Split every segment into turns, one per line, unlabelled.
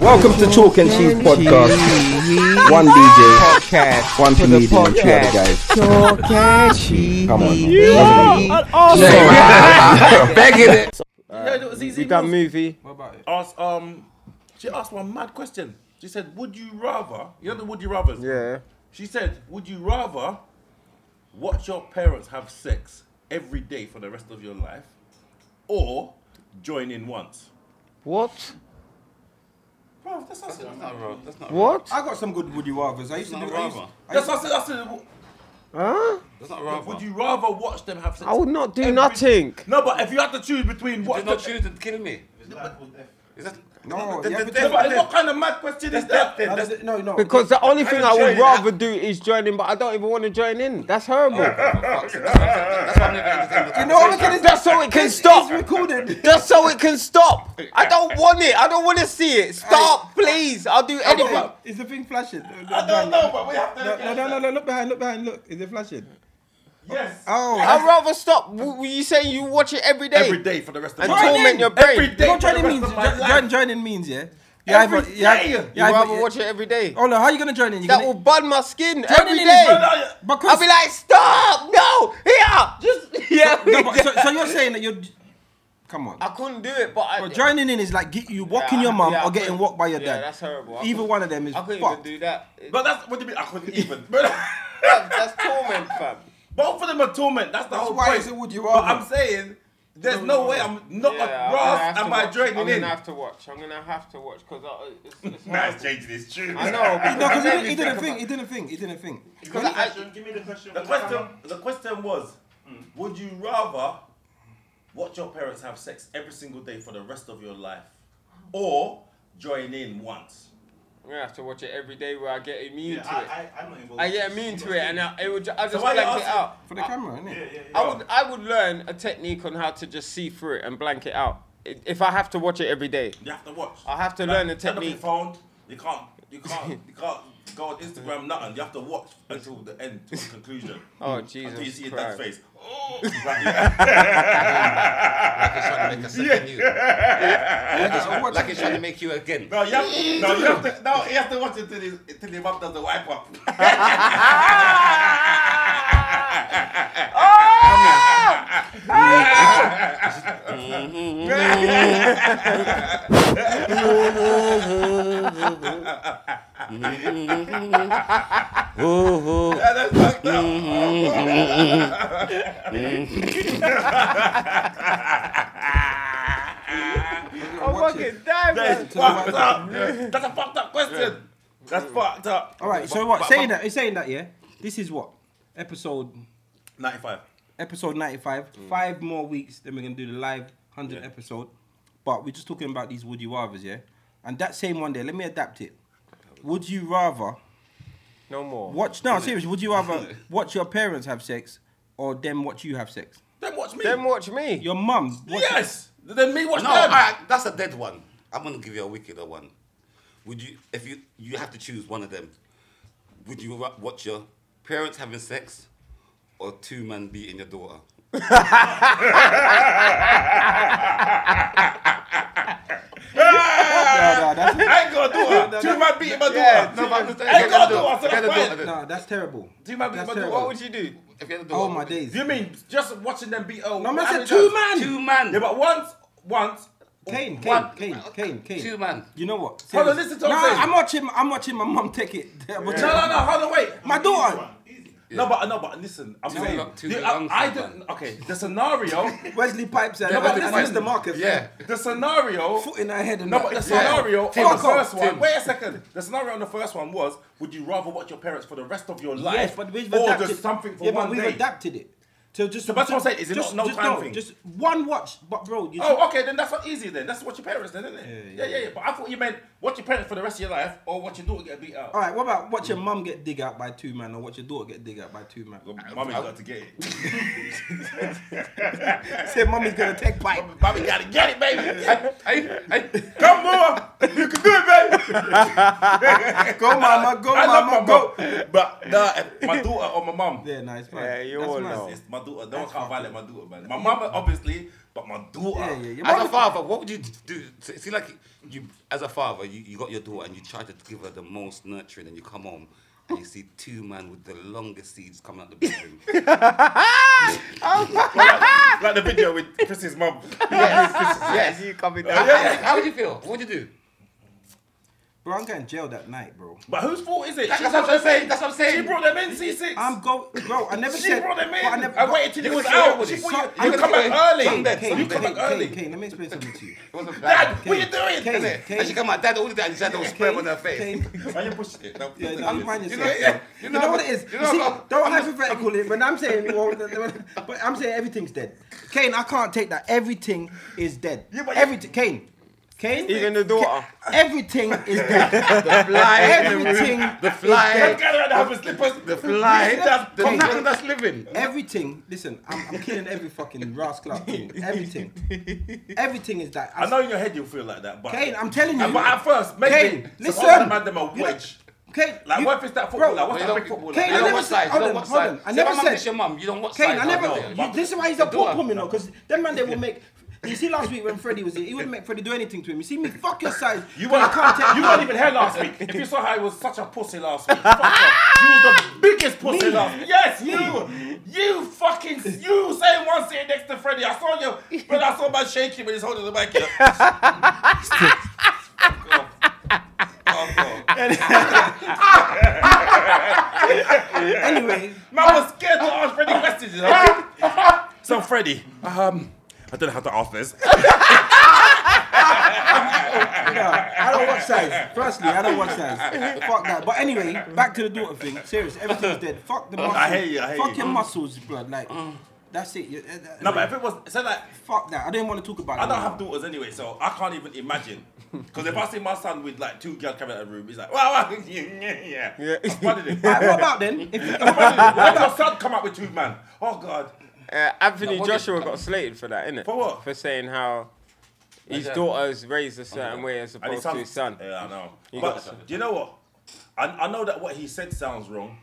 Welcome to Talk and Cheese Podcast. One DJ,
podcast.
one
For the
comedian, two other
podcast.
guys.
Talk and cheese.
Come on.
ZZ
We done
Mills,
movie.
asked, um, she asked one mad question. She said, "Would you rather?" You know the "Would you rather"s.
Yeah.
She said, "Would you rather watch your parents have sex every day for the rest of your life, or join in once?"
What?
Bro, that's us. That's not wrong. That's not
What?
I got some good Woody Wavers. I used to
Not
do. I used,
rather.
I
That's
used,
us. That's us.
Huh?
That's not rather.
Would you rather watch them have sex?
I would not do
every-
nothing.
No, but if you had to choose between
Did
what,
not
the-
choose to kill me? Is that
no,
the-
yeah, but
the- the-
No,
then-
but what kind of mad question is that? Then
no,
That's-
no, no, no.
Because the only thing I would
join
rather do is join in, but I don't even want to join in. That's horrible.
That's why I'm not entertaining the
you know, look at this.
That's so it can stop.
It's recorded.
Just so it can stop. I don't want it. I don't want to see it. Stop, please. I'll do anything.
Is the thing flashing?
I don't know, but we have to.
No, no, no, no, no, look behind, look behind, look. Is it flashing?
Yes.
Oh,
I'd rather stop. W- Were you saying you watch it every day?
Every day for the rest of
And
my life.
torment your
Every
brain.
day
you know what
for the
joining
rest
means?
of my
Jo-
life.
join, joining means, yeah? Yeah,
Every
but- yeah,
day.
yeah, Oh,
You'd
I'd
yeah,
rather
but-
watch it every day.
Hold on, how you going to join in? You
That
gonna-
will burn my skin
Joining
every
in is
day.
bad. because,
I'll be like, stop, no, here, just yeah.
no, but, so, so you're saying that you're. Come on.
I couldn't do it, but I.
But joining in is like get you walking
Yeah,
your mum
yeah, I
or getting
couldn't-
walked by your
yeah,
dad.
that's horrible. I
Either
couldn't-
one of them is
I couldn't even
fucked.
do that. It-
But that's what do you mean? I couldn't even. But
that's torment, fam.
both of them are torment. That's the
That's
whole
why
point.
it's a would you
but
rather.
I'm saying there's no, way I'm not
Yeah,
a
I'm gonna
brass
have
am
to
I
watch.
joining
I'm
in.
gonna have to watch. I'm gonna have to watch because it's, it's
Nah,
horrible.
it's changing his tune.
I know. but
No, because he
it
didn't,
made me
he didn't
think
think, he didn't think, he didn't think.
about- 'cause I-
The question, the question was, would you rather watch your parents have sex every single day for the rest of your life, or join in once?
I'm gonna have to watch it every day where I get immune to it. I,
I, I, I'm not involved.
get immune to it, and I, it would. ju- I just
why you
blank it
asking?
out.
For the
Uh,
camera, innit?
Yeah, yeah, yeah.
I would. I would learn a technique on how to just see through it and blank it out. I- If I have to watch it every day,
You have to watch.
I have to
Like,
learn the
turn up your
technique.
phone. You can't. You can't. You can't go on Instagram. Nothing. You have to watch until the end, to the conclusion.
Oh
until you see
Jesus
your dad's
Christ!
face. Oh. Like, yeah.
It's trying to make us second you. Like it's
Uh,
trying- Like it's trying to make you again.
No, you have, no, you have to. No, you have to watch until his, until your mum does the wipe up. Yeah, that's fucked up.
I'm fucking dying,
That
man.
is fucked up. That's a fucked up question. That's fucked up.
All right. So what? saying that, saying that, yeah. This is what episode
Ninety-five.
episode ninety five.
Mm.
Five more weeks, then we're gonna do the live hundred episode. But we're just talking about these would you rather's, yeah. And that same one there, let me adapt it. Would you rather
No more.
watch? No, seriously. Would you rather watch your parents have sex or them watch you have sex?
Then watch me.
Then watch me.
Your mum. watch-
yes. Then me watch
No,
them.
alright, that's a dead one. I'm gonna give you a wickeder one. Would you, if you, you have to choose one of them? Would you ra- watch your parents having sex, or two men beating your daughter?
No, no, that's,
I ain't gonna do it. Two man beating my
Yeah,
daughter.
No, but understand.
Hey,
you
God,
had a
no,
daughter,
I said
you had a
that's
daughter.
no, that's terrible.
Two man beating
That's
my
terrible.
What
daughter.
would you do?
If you had a daughter,
Oh my
what would-
days.
You mean just watching them beat? Oh,
No, man
I
said
mean,
two
man.
Two man.
Yeah, but once, once.
Kane, Kane,
One-
Kane, Kane, Kane.
Two man.
You know what?
Hold on,
Seriously.
listen to what
Nah,
I'm saying.
I'm watching. I'm watching my mum take it. I'm watching-
No, no, no. Hold on, wait.
My daughter.
No, but no, but listen. I'm
Too
saying.
long- too
you-
long,
I, I
sometime.
don't. Okay, the scenario.
Wesley Pipes and,
Yeah, but
and
listen.
Mr. Marcus.
Yeah.
the scenario.
Foot in her head and
No,
that.
but the
Yeah.
scenario
Tim,
on the
fuck off,
first one.
Tim.
Wait a second. The scenario on the first one was: Would you rather watch your parents for the rest of your life,
yes, but we've
or
adapted
just something for
yeah,
one
but we've
day?
adapted it. So just
So that's what I'm saying, is it
just,
not no
just,
time thing?
Just one watch, but bro, you
Oh, okay, then that's not easy then. That's what your parents then, isn't it? Yeah yeah, yeah, But I thought you meant watch your parents for the rest of your life or watch your daughter get beat up.
All right, what about watch
Mm.
your mum get dig out by two man, or watch your daughter get dig out by two man?
Mummy's got to get it.
Say, mummy's gonna take bite.
Mummy gotta get it, baby.
Hey, hey,
Come on! You can do it, baby!
Go, mama, go,
I love my
mama, go.
mum, but nah, if my daughter or my mum.
Yeah, nice, man.
Yeah, you
That's
all
mad.
know.
It's my daughter. No one can't violate my daughter, man. My mum, obviously, but my daughter.
Yeah, yeah, yeah.
As a father, what would you do? It seems like you, as a father, you, you got your daughter and you try to give her the most nurturing, and you come home and you see two men with the longest seeds coming out the bedroom.
Like, like the video with Chris's mum.
yes, you coming down.
How would you feel? What would you do?
Bro, I'm going to jail that night, bro.
But whose fault is it?
That's what I'm saying. That's what I'm
She
saying.
brought them in, C6.
I'm go, bro. I never
she
said.
brought them
but
in.
I
I,
never.
waited till you was
Look,
out.
look,
She brought
look,
you, you
look,
come
look,
back early.
look, look,
Kane,
you come
Kane,
back early.
Kane, Kane, let me explain something to you.
It wasn't
Dad,
bad.
what are you doing?
Kane,
Innit?
Kane,
And she come out, Dad, all you did, and she had all sperm on her face.
Kane,
Why you pushing it? No,
Yeah,
no,
don't mind
no.
yourself.
know-
yeah.
you
You
know-
know, what it is.
you
You
know-
see, don't hypothetical it. But I'm saying, well, but I'm saying everything's dead. Kane, I can't take that. Everything is dead.
Yeah, but-
everything, Kane. Kane,
Even the daughter.
Ka- everything is dead.
Fly.
everything,
The fly.
Don't gather around the house with slippers.
The fly.
That's-
The
Kane.
knuckle that's living.
everything. Listen, I'm, I'm killing every fucking rascal out here. Everything, everything is dead.
I know in your head you'll feel like that, but
Kane, I'm telling you.
But at first, maybe
Kane,
some
listen.
other man them a
You know-
wedge.
Kane,
Like,
you-
what if it's that
Bro,
footballer? What's
You
that big
don't,
footballer?
Kane,
Kane,
you
I
don't
never
watch
said-
sides. You
hold
don't
on,
watch
hold on.
sides.
I
Say,
never
my mum
said-
is your mum. You don't watch
Kane,
sides.
I never.
don't know.
you- this is why he's a
daughter.
poor woman, though, because that man they will make. You see, last week when Freddie was here, he wouldn't make Freddie do anything to him. You see me, fuck your size.
You
I
weren't,
can't take
you weren't even here last week. If you saw how he was such a pussy last week, fuck off. You was the biggest pussy
Me?
last week. Yes, you. You fucking, you same one sitting next to Freddie. I saw you, when I saw man shaking when he's holding the mic. you know. Fuck off. Fuck off.
Anyway,
Man was scared to ask Freddie questions, you know? So, Freddie, um, I don't know how to ask this.
I don't watch size. Firstly, I don't watch size. Fuck that. But anyway, back to the daughter thing. Serious, everything's dead. Fuck the muscles.
hear you, I hear
fuck
you.
your muscles, blood. Like, that's it. You- uh, uh,
No, but if it was, so like,
fuck that. I didn't want to talk about
I
that.
don't have daughters anyway, so I can't even imagine. Because if I see my son with like two girls coming out of the room, he's like, wow, wow, yeah, yeah, yeah. I spotted it. I
Alright, what about then? If you,
spotted it. Why does your son come out with two man? Oh God.
Uh, Anthony
No, what
Joshua
did-
got slated for that, innit?
For what?
For saying how his
Yeah.
daughter's raised a certain way as
And
opposed
his
to his son.
Yeah, I know.
got
but do you know what? I, I know that what he said sounds wrong,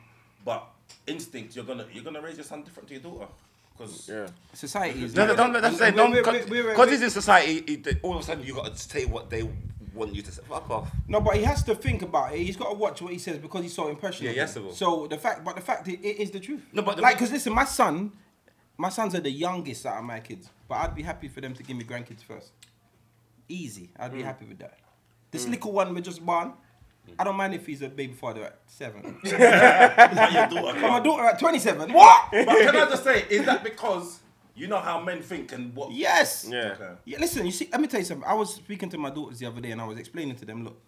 but instinct, you're gonna you're gonna raise your son different to your daughter. Because
Yeah.
society is.
No, no, don't let them say.
Wait,
Don't
wait, wait, wait, wait,
because
wait.
it's in society. It, they- all of a sudden, you got to say what they want you to say. Fuck off.
No, but he has to think about it. He's got to watch what he says because he's so impressionable.
Yeah, yes, it will.
So the fact, but the fact it, it is the truth.
No, but the-
like, because listen, my son, my sons are the youngest out of my kids, but I'd be happy for them to give me grandkids first. Easy, I'd
Mm.
be happy with that. This little one we just born, I don't mind if he's a baby father at seven. but
your
my
daughter. can't.
daughter at twenty-seven, what?
But can I just say, is that because you know how men think and what?
Yes.
Yeah.
Okay.
Yeah, listen, you see, let me tell you something. I was speaking to my daughters the other day and I was explaining to them, look,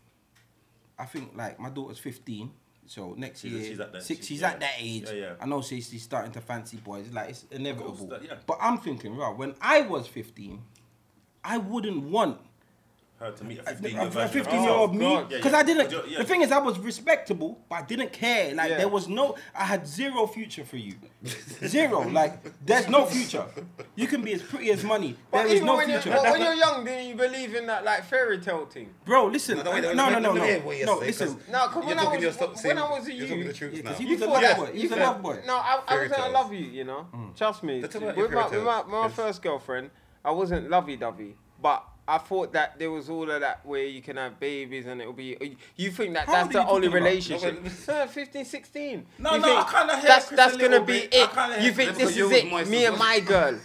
I think like my daughter's 15, so next
She's-
year,
she's at that-
six,
she's-
she's
yeah.
at that age.
Yeah, yeah.
I know she's, she's starting to fancy boys, like it's inevitable.
that- yeah.
But I'm thinking, right, when I was 15, I wouldn't want
Her to meet a
a
15 year old.
15 year old me
Yeah,
because
yeah.
I didn't.
Yeah, yeah.
The thing is, I was respectable, but I didn't care. Like
Yeah.
there was no, I had zero future for you, zero. Like there's no future. You can be as pretty as money.
But
there is
even
no
when,
future.
you're, but when you're young, didn't you believe in that like fairy tale thing?
Bro, listen.
No, wait,
No,
wait,
no,
wait,
no, no.
let me hear
No,
what you're
no
saying,
listen.
'cause
No, 'cause
you're
when I
talking
was-
your stuff,
when
saying-
I was a
you're talking the
youth-
truth
Because he
now.
was a
thought
love
that-
boy. He
you
was a
thought-
love boy.
No, I, I
Fairy
was gonna
tales.
love you, you know.
Mm.
Trust me. With
Let's talk
my,
about your fairy
with my,
tales.
my first girlfriend, I wasn't lovey dovey, but I thought that there was all of that where you can have babies and it'll be. You think that
How old are
that's the
you
only
talking about?
relationship? No, 15, 16.
No,
you
no, I kinda hear
that's,
Chris
that's
a
gonna
little
be
bit. I kinda
it.
hear
You think this
Chris. Because
is
you was my
it? Me and
sister.
my girl.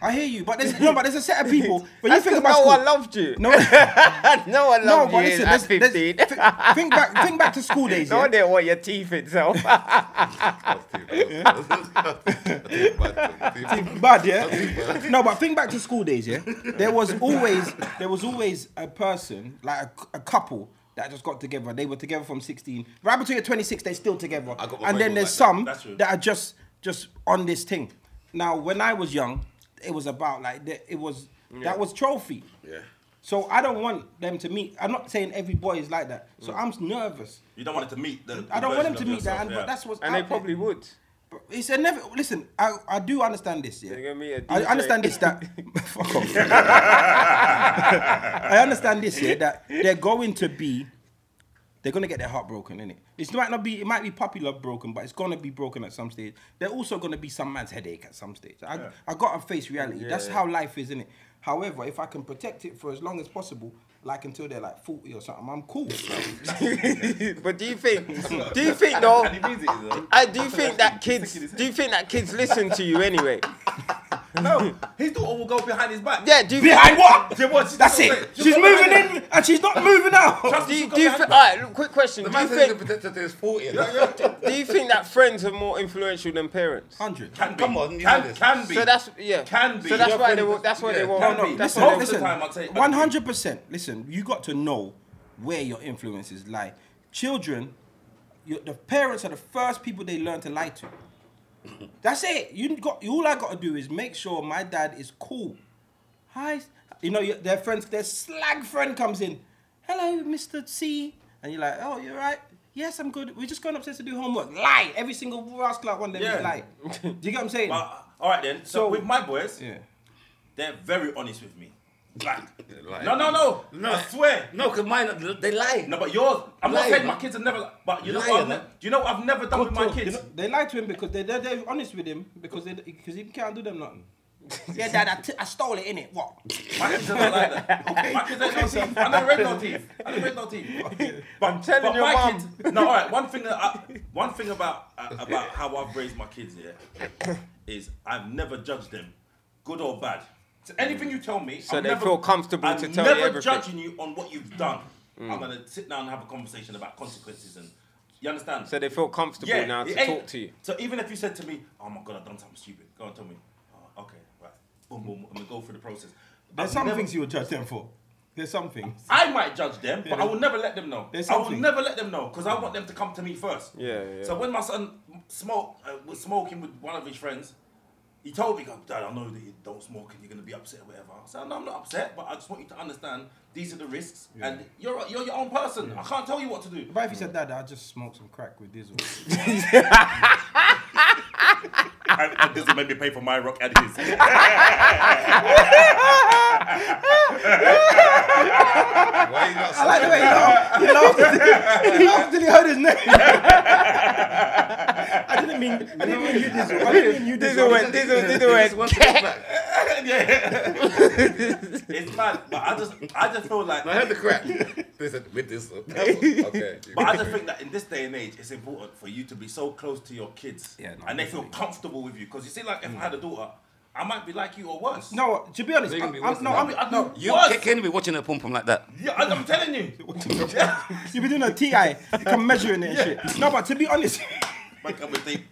I hear you, but there's no, but there's a set of people. When you
That's
think
'cause
about
no
school,
one loved you.
no,
no one
no,
loved
but
you
listen.
at
There's, there's,
15.
think back, think back to school days.
No
yeah?
one didn't want your teeth itself.
bad, yeah. no, but think back to school days, yeah. There was always there was always a person like a, a couple that just got together. They were together from sixteen, right up until you're twenty six. They're still together,
got my
and
break
then there's
like that.
some
That's true.
that. are just just on this thing. Now, when I was young, it was about like that. It was that was trophy.
Yeah.
So I don't want them to meet. I'm not saying every boy is like that. So I'm nervous.
You don't want it to meet the.
I don't
the
want them
Mm. version
to meet
of
that,
yourself,
and
yeah.
but that's what's
and
out
they
there.
probably would.
It's a never. Listen, I, I do understand this. Yeah,
You're gonna meet a
I
DJ.
understand this. That fuck off. I understand this. Yeah, that they're going to be They're gonna get their heart broken, innit? It might not be it might be puppy love broken, but it's gonna be broken at some stage. There also gonna be some man's headache at some stage. I, I gotta face reality. That's how life is, innit? However, if I can protect it for as long as possible, like until they're like 40 or something, I'm cool.
but do you think? Do you think though?
And he means it, you know.
I do think that kids. Do you think that kids listen to you anyway?
No, his daughter will go behind his back.
Yeah. Do you
Behind what?
She was- she-
That's
she-
it.
she-
She's
she-
moving in and she's not moving out.
Do you, do you think? Alright, quick question.
The
Do you
man said he's
think?
the protector to his 40.
Do you think that friends are more influential than parents?
100.
Can be.
Come on, you know
can,
this.
can be.
So that's yeah.
Can be.
So that's
Your
why they
friends-
won't. That's why they
yeah.
won't.
No, no,
that's
listen,
why they
most of the time, I'll take
listen.
back.
One hundred percent. Listen, you got to know where your influences lie. Children, your, the parents are the first people they learn to lie to. That's it. You got. All I got to do is make sure my dad is cool. Hi, you know your- their friends. Their slag friend comes in. Hello, Mister C, and you're like, oh, you're right. Yes, I'm good. We're just going upstairs to do homework. Lie. Every single rascal out one day
Yeah.
lie. Do you get what I'm saying?
But, Uh, all right then. So,
So-
with my boys,
yeah.
they're very honest with me. Like,
Like-
no, no, no, no. I swear.
No, because mine, they lie.
No, but yours. I'm
Liar,
not saying my
man.
kids are never. li- But you know,
Liar,
what I've ne-
man.
do you know what I've never done with my
Talk, you
kids?
know, they lie to him because they they're, they're honest with him because they because he can't do them nothing. yeah, dad, I, t- I stole it in it. What?
My kids are not like that. My kids ain't no teeth. I never read no teeth. I never read no teeth. But I'm
telling your
my
mum.
Kids, no, all right. One thing that I, one thing about uh, about how I've raised my kids yeah, is I've never judged them, good or bad. So anything you tell me,
Mm. So
I'm
they
never,
feel comfortable
I'm
to tell you
never
everything. Mm.
judging you on what you've done. I'm gonna sit down and have a conversation about consequences and you understand.
So they feel comfortable now
it
to
ain't-
talk to you.
So even if you said to me, "Oh my god, I've done something stupid," go and tell me. Oh, okay, right. Boom, boom. I'm gonna go through the process.
There's
I've
some
never-
things you would judge them for. There's some things.
I might judge them, but
Yeah.
I will never let them know.
There's
I will
something.
never let them know because I want them to come to me first.
Yeah, yeah.
So when my son smoke uh, was smoking with one of his friends, he told me, "Go, "Dad, I know that you don't smoke and you're gonna be upset or whatever." I said, "No, I'm not upset, but I just want you to understand these are the risks, and you're you're your own person. I can't tell you what to do."
But if he said, Dad, I just smoked some crack with this one.
and, and this will make me pay for my rock and his.
Why you not
I like the way he laughed. He laughed. till- He laughed till he heard his name. I didn't mean. I didn't mean you this one. I didn't mean you this
Dizzle
one.
went. Dizzle. Dizzle went.
It's mad, but I just I just feel like
I heard the crack. They said, with this. one." Okay.
But I just think that in this day and age, it's important for you to be so close to your kids,
Yeah, no,
and they feel
definitely.
comfortable with you. Because you see, like if I had a daughter, I might be like you or worse.
No, to be honest,
They're
I'm,
gonna be
I'm, no,
worse
I'm, no.
You
What?
can, can you be watching a pom pom like that?
yeah, I- I'm telling you.
You be doing a TI. You come measuring it and shit. No, but to be honest,
Make up a tape.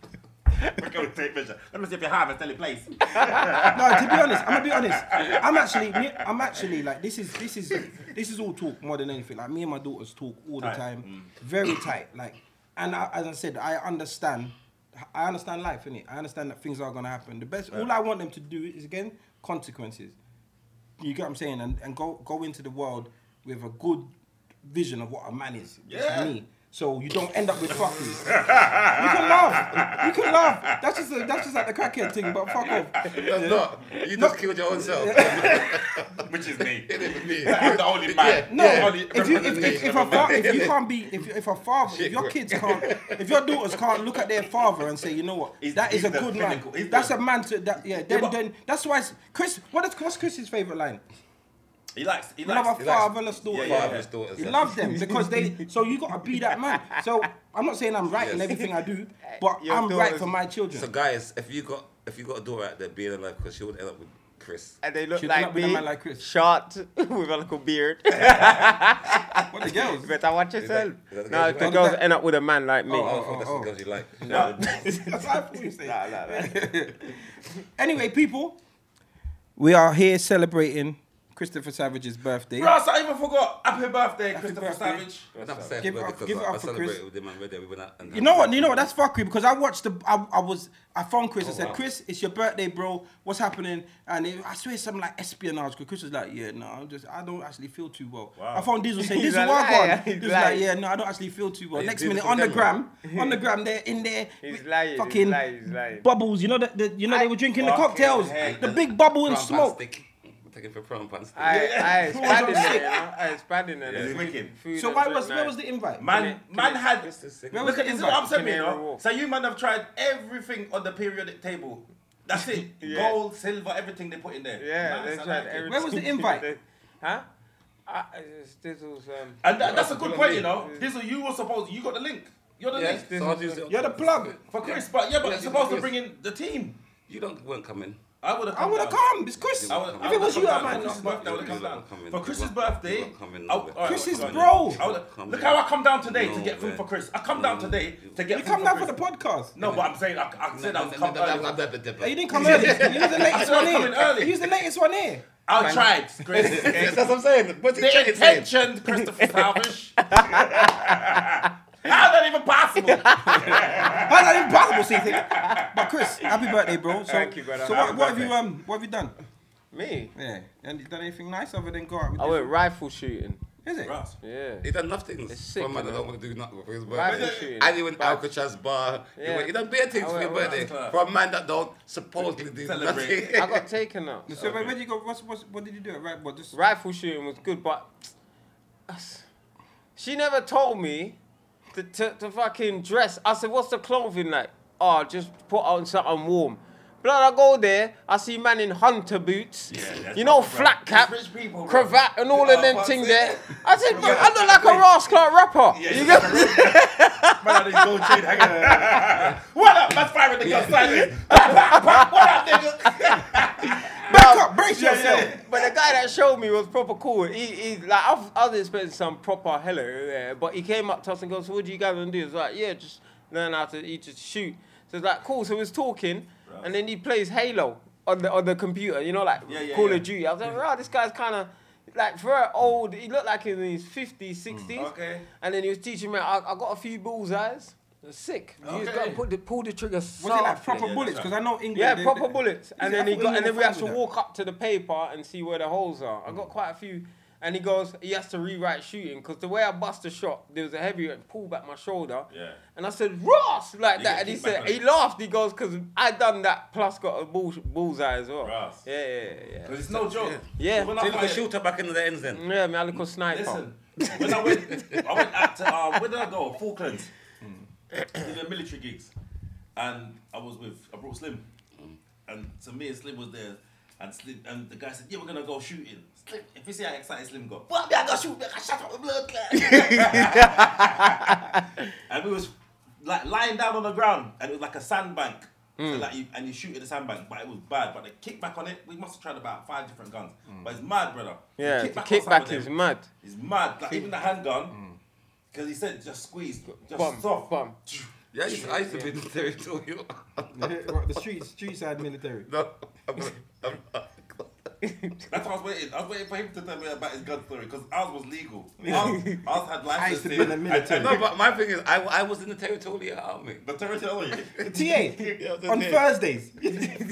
Make up a tape measure. Let me see if you have and tell it place.
no, to be honest, I'm gonna be honest. I'm actually, me- I'm actually like this is this is this is all talk more than anything. Like me and my daughters talk all the
Tight. Mm.
time, very tight. Like, and I, as I said, I understand, I understand life, innit? I understand that things are gonna happen. The best, all I want them to do is again consequences. You get what I'm saying, and, and go go into the world with a good vision of what a man is. It's
Yeah.
me. So you don't end up with fuckers. you can laugh. You can laugh. That's just a, that's just like the crackhead thing, but fuck off.
That's not. You
No.
just killed your own self.
Which is me.
It ain't me.
I'm the only man.
No,
The only
if, you, if, if, if, a
representation of
fa- if you can't be, if, if a father, if your kids can't, if your daughters can't look at their father and say, you know what,
He's-
that is
he's
a
the
good man.
pinnacle, he's
That's
the-
a man to that. Yeah, then,
but-
then that's why it's, Chris. What is what's Chris's favorite line?
He likes. He
You love
likes.
a
he likes-
fatherless daughter.
yeah, fatherless daughters,
He
yeah.
loves them because they. So you gotta be that man. So I'm not saying I'm right in
Yes.
everything I do, but
Your
I'm right
daughters-
for my children.
So guys, if you got if you got a daughter out there being alive, because she would end up with Chris.
And they look
Should end
like
up with a
me,
man like Chris.
short, with a little beard.
what the girls?
Better watch yourself.
is
No,
that the girls you
the
like?
girls end up with a man like me.
Oh, I
oh,
thought that's
oh.
the girls you like.
That's what I thought you were saying. anyway, people, we are here celebrating Christopher Savage's birthday.
Russ, I even forgot. Happy birthday, Christopher
birthday.
Savage.
Enough said,
Give it
well,
up-
because
give it
I-
up
I
for
celebrated
Chris.
with him and we there, we went out and
You know what? You know what? That's fuckery because I watched the. I, I was. I phoned
Oh,
Chris. I said,
wow.
"Chris, it's your birthday, bro. What's happening?" And it, I swear, it's some like espionage. Because Chris was like, "Yeah, no, I'm just. I don't actually feel too well."
Wow.
I phoned Diesel saying,
He's
"Diesel,
a
why
liar.
gone?"
He's
Diesel like,
lying.
"Yeah, no, I don't actually feel too well."
He's
Next
doing
minute,
this
on the
on camera.
gram, on the gram, they're in there.
He's
with
lying.
Fucking
He's lying. He's lying.
bubbles. You know that. The, you know they were drinking the
fucking
cocktails.
heck.
The big bubble and smoke.
Fantastic. taken for prom pants.
I, I
Who was on
expanded
sick?
it. I expanded it.
Yeah,
It's
wicked.
food
So
and
why
drink
was
night.
where was the invite?
Man, man had.
Just a
Where was
second.
Look
the
at this. Is
invite?
what I'm saying, you
Canary
know.
Wharf.
So you man have tried everything on the periodic table. That's it. Gold, silver, everything they put in there.
Yeah,
Nice,
they
I
tried
like it.
everything.
Where was the invite?
huh? I, it's Dizzle's. Um,
And that, that's a good
Follow
point,
me.
you know. This is you were supposed. You got the link. You're the
Yeah,
link
so I'll use it.
You're the plug.
for Chris, but yeah, but
Yeah,
it's
you-
supposed to
Chris.
bring in the team.
You don't weren't coming.
I would have.
I would have come. It's Chris.
I
I would've-
if it was you, I
would've
might
come down
not.
for Chris's birthday, I would've
You
come down. For Chris's birthday,
would've come in. You would've come in
I-
nowhere.
alright,
Chris is
alright,
bro.
alright. I would've-
Come
Look
in.
how I come down today to
No
get food
way.
for Chris. I come down
No.
today to get.
You
food
come down for the
Chris.
podcast.
No, but I'm saying I, I said I would come early.
Oh, You didn't come early. You was the latest
said
one
I'm coming
here.
early.
You was the latest one here.
I tried, Chris.
That's what I'm saying. What's he
the
trying to say?
intention, Christopher Salvish. How's that even possible?
How's that even possible, see thing? But Chris, happy birthday, bro. So,
Thank you, brother.
So what,
Happy
what have you um what have you done?
me.
Yeah. And you done anything nice other than go out with
I
this-
went rifle shooting.
Is it?
Russ,
Yeah.
He done enough things.
It's sick,
for a man
you
that
know.
don't want to do nothing for his
Right,
birthday.
yeah.
And he went to Alcatraz bar. He,
Yeah.
went, he done bare things
I
for
went-
your
I went
birthday.
to club.
For a man that don't supposedly do nothing.
Celebrate.
I got taken out.
So where, where did you go? What's, what's, what did you do? Right, what just
Rifle shooting was good, but she never told me to, to, to fucking dress. I said, what's the clothing like? Oh, just put on something warm. Blood, I go there, I see man in hunter boots,
Yeah, that's
you know,
proper, bro.
flat cap,
Rich people, bro.
cravat, and all
Oh,
of them
fuck
thing
it.
there. I said, "Man, I look like a Ross Clark rapper.
Yeah,
you
you
get-
man, I didn't go chain hanging. What up? That's firing the gun sideways. What up, nigga?
back up, brace
yeah,
yourself.
yeah.
But the guy that showed me was proper cool. He, he like I was, I was expecting some proper hello there, but he came up to us and goes, "So what do you guys want to do?" It's like, "Yeah, just learn how to you just shoot." So it's like cool. So we was talking, and then he plays Halo on the on the computer. You know, like
Yeah, yeah,
Call
yeah.
of Duty. I was like, "Wow, this guy's kind of." Like very old, he looked like in his 50s, 60s.
Okay.
And then he was teaching me, I, I got a few bullseyes. It was sick. You just
Okay.
gotta put the, pull the trigger
Was it like
softly.
proper
yeah,
bullets?
that's
Because I know England.
Yeah,
they-
proper
they-
bullets. And
Yeah,
then
I
he
thought
got, and then we
England were
have to
fine with
walk up to the paper and see where the holes are. I got quite a few. And he goes, he has to rewrite shooting because the way I bust the shot, there was a heavy and pull back my shoulder.
Yeah.
And I said Ross like
You
that,
get
and he
kicked back
said
on
he
it.
laughed. He goes, "Cause I done that plus got a bull, bullseye as well."
Ross.
Yeah, yeah, yeah.
Because it's no joke.
Yeah.
When
So
I
he was a
fired-
shooter back in the ends then.
Yeah, man, I look a sniper.
Listen,
Oh.
when I went, I went out to, uh, where did I go? Falklands. Did the military gigs. And I was with, I brought Slim.
Mm.
And so me and Slim was there. And Slim, and the guy said, yeah, we're going to go shooting. Slim, if you see how excited Slim got, well, me, I got shoot, me, I got shot up with blood. clot." and we was like lying down on the ground. And it was like a sandbank. So
Mm.
like you, and you shoot at the sandbank, but it was bad. But the kickback on it, we must have tried about five different guns. But it's mad, brother. The
Mm. yeah, the
on some of
kickback
them-
is mad.
He's mad. Like even the handgun, because he said just squeeze, just
Bum,
soft.
bum.
Yeah, I used to, I used to be in the territorial.
Yeah, what, the streets, street side military.
no, I'm not, I'm not.
That's what I was waiting. I was waiting for him to tell me about his gun story because ours was legal. Ours, ours had license.
used to be
in-
in the
and-
military.
and
no, but my thing is, I, I was in the territorial army.
The territory.
The TA
Yeah, that's
on
it.
Thursdays.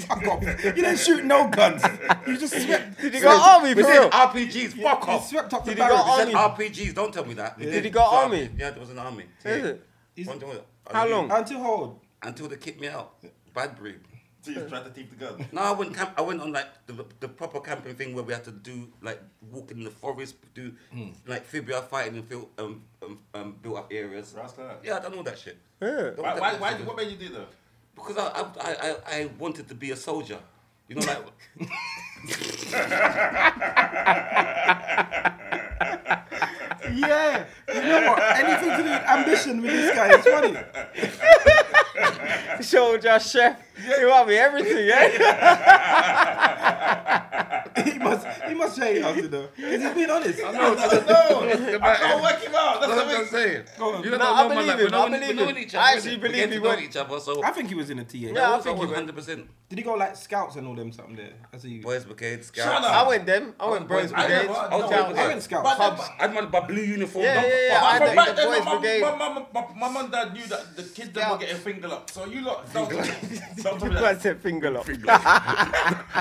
Fuck off. You didn't shoot no guns. You just swept.
Did he go army
We
for
said
real?
RPGs, fuck
You
off.
swept up the
Did he go
barracks.
We said
Army.
RPGs, don't tell me that.
Did he go
So,
army?
Yeah, there was an army.
Is
Yeah.
it?
Is-
One day-
How long?
Until how old?
Until they kicked me out. Bad breed.
So you tried to keep the gun.
No, I went camp. I went on like the, the proper camping thing where we had to do like walk in the forest, do
Hmm.
like fibula fighting and fill um, um, um built up areas.
Rascal.
Yeah, I done all that shit.
Yeah.
Done all
Why?
that
Why?
shit.
why what made you do that?
Because I, I I I- I wanted to be a soldier. You know, like
Yeah. You know what? Anything to do with ambition with this guy is funny.
Soldier, chef, you want me everything, eh? yeah?
He must, he must change us, you know. Because he's being honest.
No, I can't work him out. That's
that's what
the
I'm
thing.
saying.
Go on.
You don't
No, I
know, man,
believe
like,
him,
we know
I
one- we
believe
know
him.
each
I
other,
actually
innit? We
believe
get
he
to know
went.
each other. So
I think he was in a TA.
Yeah, I
I
think he
was
went.
100 percent
Did he go like scouts and all them something there? As he,
boys brigade. Scouts.
Shut
I
up.
went them. I went boys
I
brigades.
never-
I was
Scouts.
I went scouts.
But-
Pubs.
I'm on my blue uniform.
Yeah,
don't
yeah, yeah.
But
I
from
did
back
the
then,
boys'
my mum,
brigade.
my mum, my, my mum and dad knew that the kids them were
Scouts.
getting finger up. So you lot, don't, don't tell me
You
that.
guys said finger lock.
And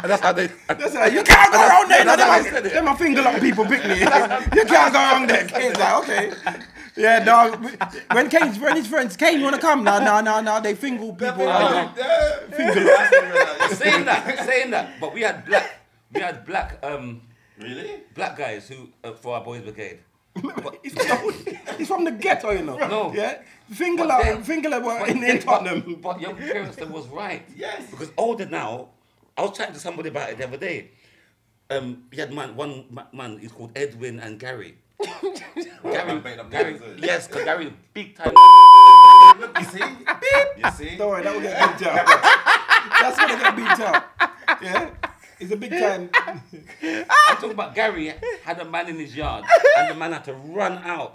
that's how they. and
That's like, you can't go around there. No, them a- them a finger lock people pick me. you can't go around there. Kane's like, okay. Yeah, dog. When Kane's when his friends, Kane, you wanna come? No, no, no, no. They fingle people.
Yeah,
Like,
yeah. Finger up.
saying that, saying that, but we had black, we had black um
Really?
Black guys who uh, for our boys brigade.
He's from, the, he's from the ghetto, you know.
No.
Yeah?
But they-
Fingerler, Fingerler were
But
in, in
they-
Tottenham.
But your parents then was right.
Yes.
Because older now, I was chatting to somebody about it the other day. Um, he had man, one ma- man, he's called Edwin and Gary. Gary,
Made up
Gary
names, eh?
yes, 'cause Gary, big time.
Look, you see? You see?
Don't worry, that will get beat out. That's gonna get beat out. Yeah? It's a big time.
I'm talking about Gary had a man in his yard and the man had to run out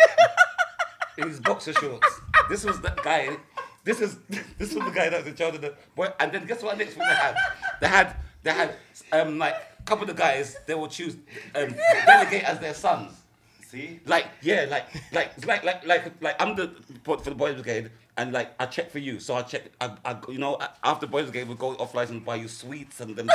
in his boxer shorts. This was that guy. This is this was the guy that was in charge of the boy. And then guess what next thing they had? They had they had um like a couple of the guys they will choose um, delegate as their sons.
See?
Like yeah, like like like like like like I'm the for for the boys brigade and like I check for you, so I check. I, I you know after boys brigade we go off license and buy you sweets and them.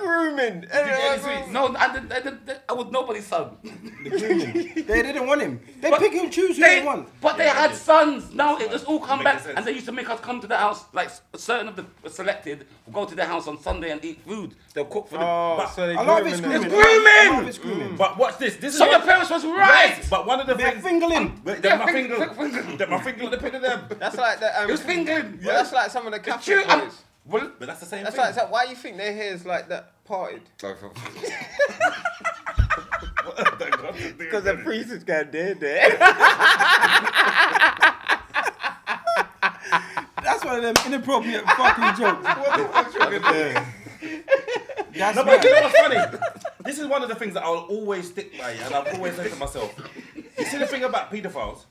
Grooming.
Any sweets? No, I didn't, I didn't. I was nobody's son.
The grooming. They didn't want him. They
But
pick and choose who
They-
they want.
But they
Yeah, they
had
did.
sons. Now it has all come
Make
back,
sense.
and they used to make us come to the house. Like s- certain of the selected would go to their house on Sunday and eat food. They'll cook for them.
Oh, so they
I love
grooming
his
them.
grooming.
It's
I
grooming!
love his grooming.
But watch this. This is
so your
what-
parents was right.
But one of the
They're
things.
fingling.
Wait, they're my
they're fing-
finger.
fing- fing-
They're my finger on the pin of them.
That's like the. Um,
It was England.
Well, that's like some of the
It's
Catholic
true. I'm-
boys.
Well,
But that's the same
That's
thing.
like, so why you think their hair is like that parted? Because the priest is got dead there.
That's one of them inappropriate fucking jokes. Yeah. That's
No, but you know
right.
what's funny? This is one of the things that I'll always stick by, and I've always said to myself. You see the thing about paedophiles?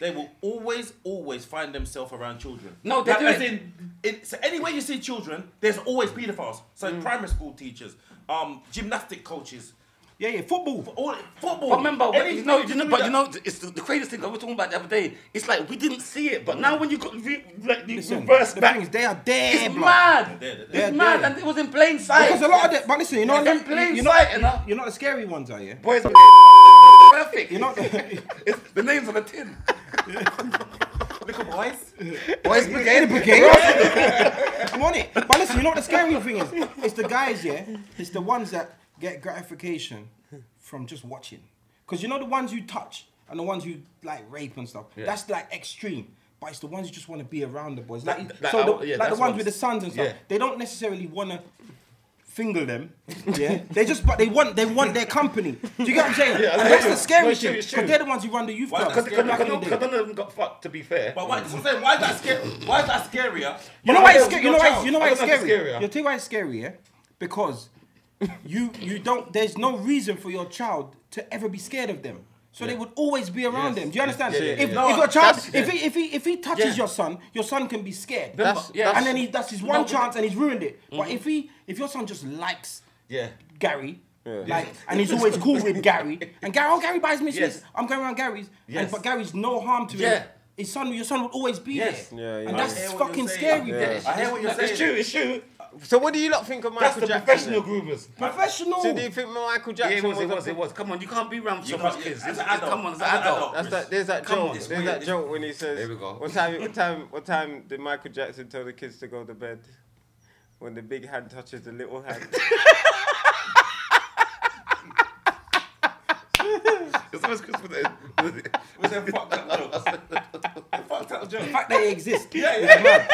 They will always, always find themselves around children.
No, they
Like,
do
as
it.
in, in- so anywhere you see children, there's always paedophiles. So primary school teachers, um, gymnastic coaches,
Yeah, yeah, football.
all football.
But remember, but you
anything
know,
to
you know,
do
but
with
you
that.
know, it's the, the craziest thing I was talking about the other day. It's like we didn't see it, but now when you got re, like the
Listen,
reverse
the
back,
thing is, they are there,
it's
blood.
They're-
mad.
they're-
It's
they're-
mad,
they're-
and it was in plain sight.
Because a lot of them, but listen, you know,
It's in
you-
plain
you know,
sight, you know.
you know, the scary ones are, yeah.
Boys, were perfect.
You know, the
It's the names on the tin.
Little boys.
Boys
in
Brigade.
I'm on it. But listen, you know what the scary thing is? It's the guys, yeah. It's the ones that get gratification from just watching. Because you know the ones you touch and the ones you like rape and stuff. That's like extreme. But it's the ones you just want to be around the boys. Like,
Like- like
so
I-
the,
yeah,
like the
that's
ones
what-
with the sons and stuff.
yeah.
They don't necessarily want to finger them. Yeah. they just but they want they want their company. Do you get what I'm saying?
Yeah, I
and
know,
that's the
it's-
scary thing.
no, it's true, it's
Because
true.
they're the ones who run the youth
Why
clubs.
that's
Because
scary?
back
none
in the day.
none of them got fucked, to be fair.
But why, that's what I'm saying, why is that scary? Why is that scarier?
You know why it's scary?
Well, your
You know why?
child.
it's- You know why
I
it's
don't know if
scary?
it's scarier.
You think why it's scary? Yeah, because you you don't. There's no reason for your child to ever be scared of them. So they would always be around them. Do you understand?
yeah, yeah,
if,
yeah.
if your child,
that's-
if he if he if he touches
Yeah.
your son, your son can be scared.
That's- yeah,
and then he that's his one
No, Mm-hmm.
chance, and he's ruined it. But if he if your son just likes
Yeah.
Gary. Like and he's always cool with Gary and Gary. Oh, Gary buys me this. I'm going around Gary's,
Yes.
and, but Gary's no harm to
Yeah.
him. His son, your son will always be
Yes.
there,
Yeah, yeah,
and
yeah.
I hear
that's
what you're
fucking
saying.
scary.
Yeah. I hear what you're saying.
It's true, it's true.
so what do you lot think of
That's
Michael
the
Jackson?
professional
then?
groomers.
Professional.
So do you think Michael
Yeah,
Jackson
it was, it
a
was, it was. Come on, you can't be around so
You
much
can't-
kids.
as an
It's- it's-
adult.
Come on, it's an
As an
adult.
adult.
That's that. There's that
Come
joke.
on, it's
there's that
weird.
joke when he says,
There we go.
"What time? What time? What time did Michael Jackson tell the kids to go to bed? When the big hand touches the little hand."
It's always Christmas. Day.
Was that fucked up joke? fucked up joke.
The fact that it exists.
Yeah, yeah, man.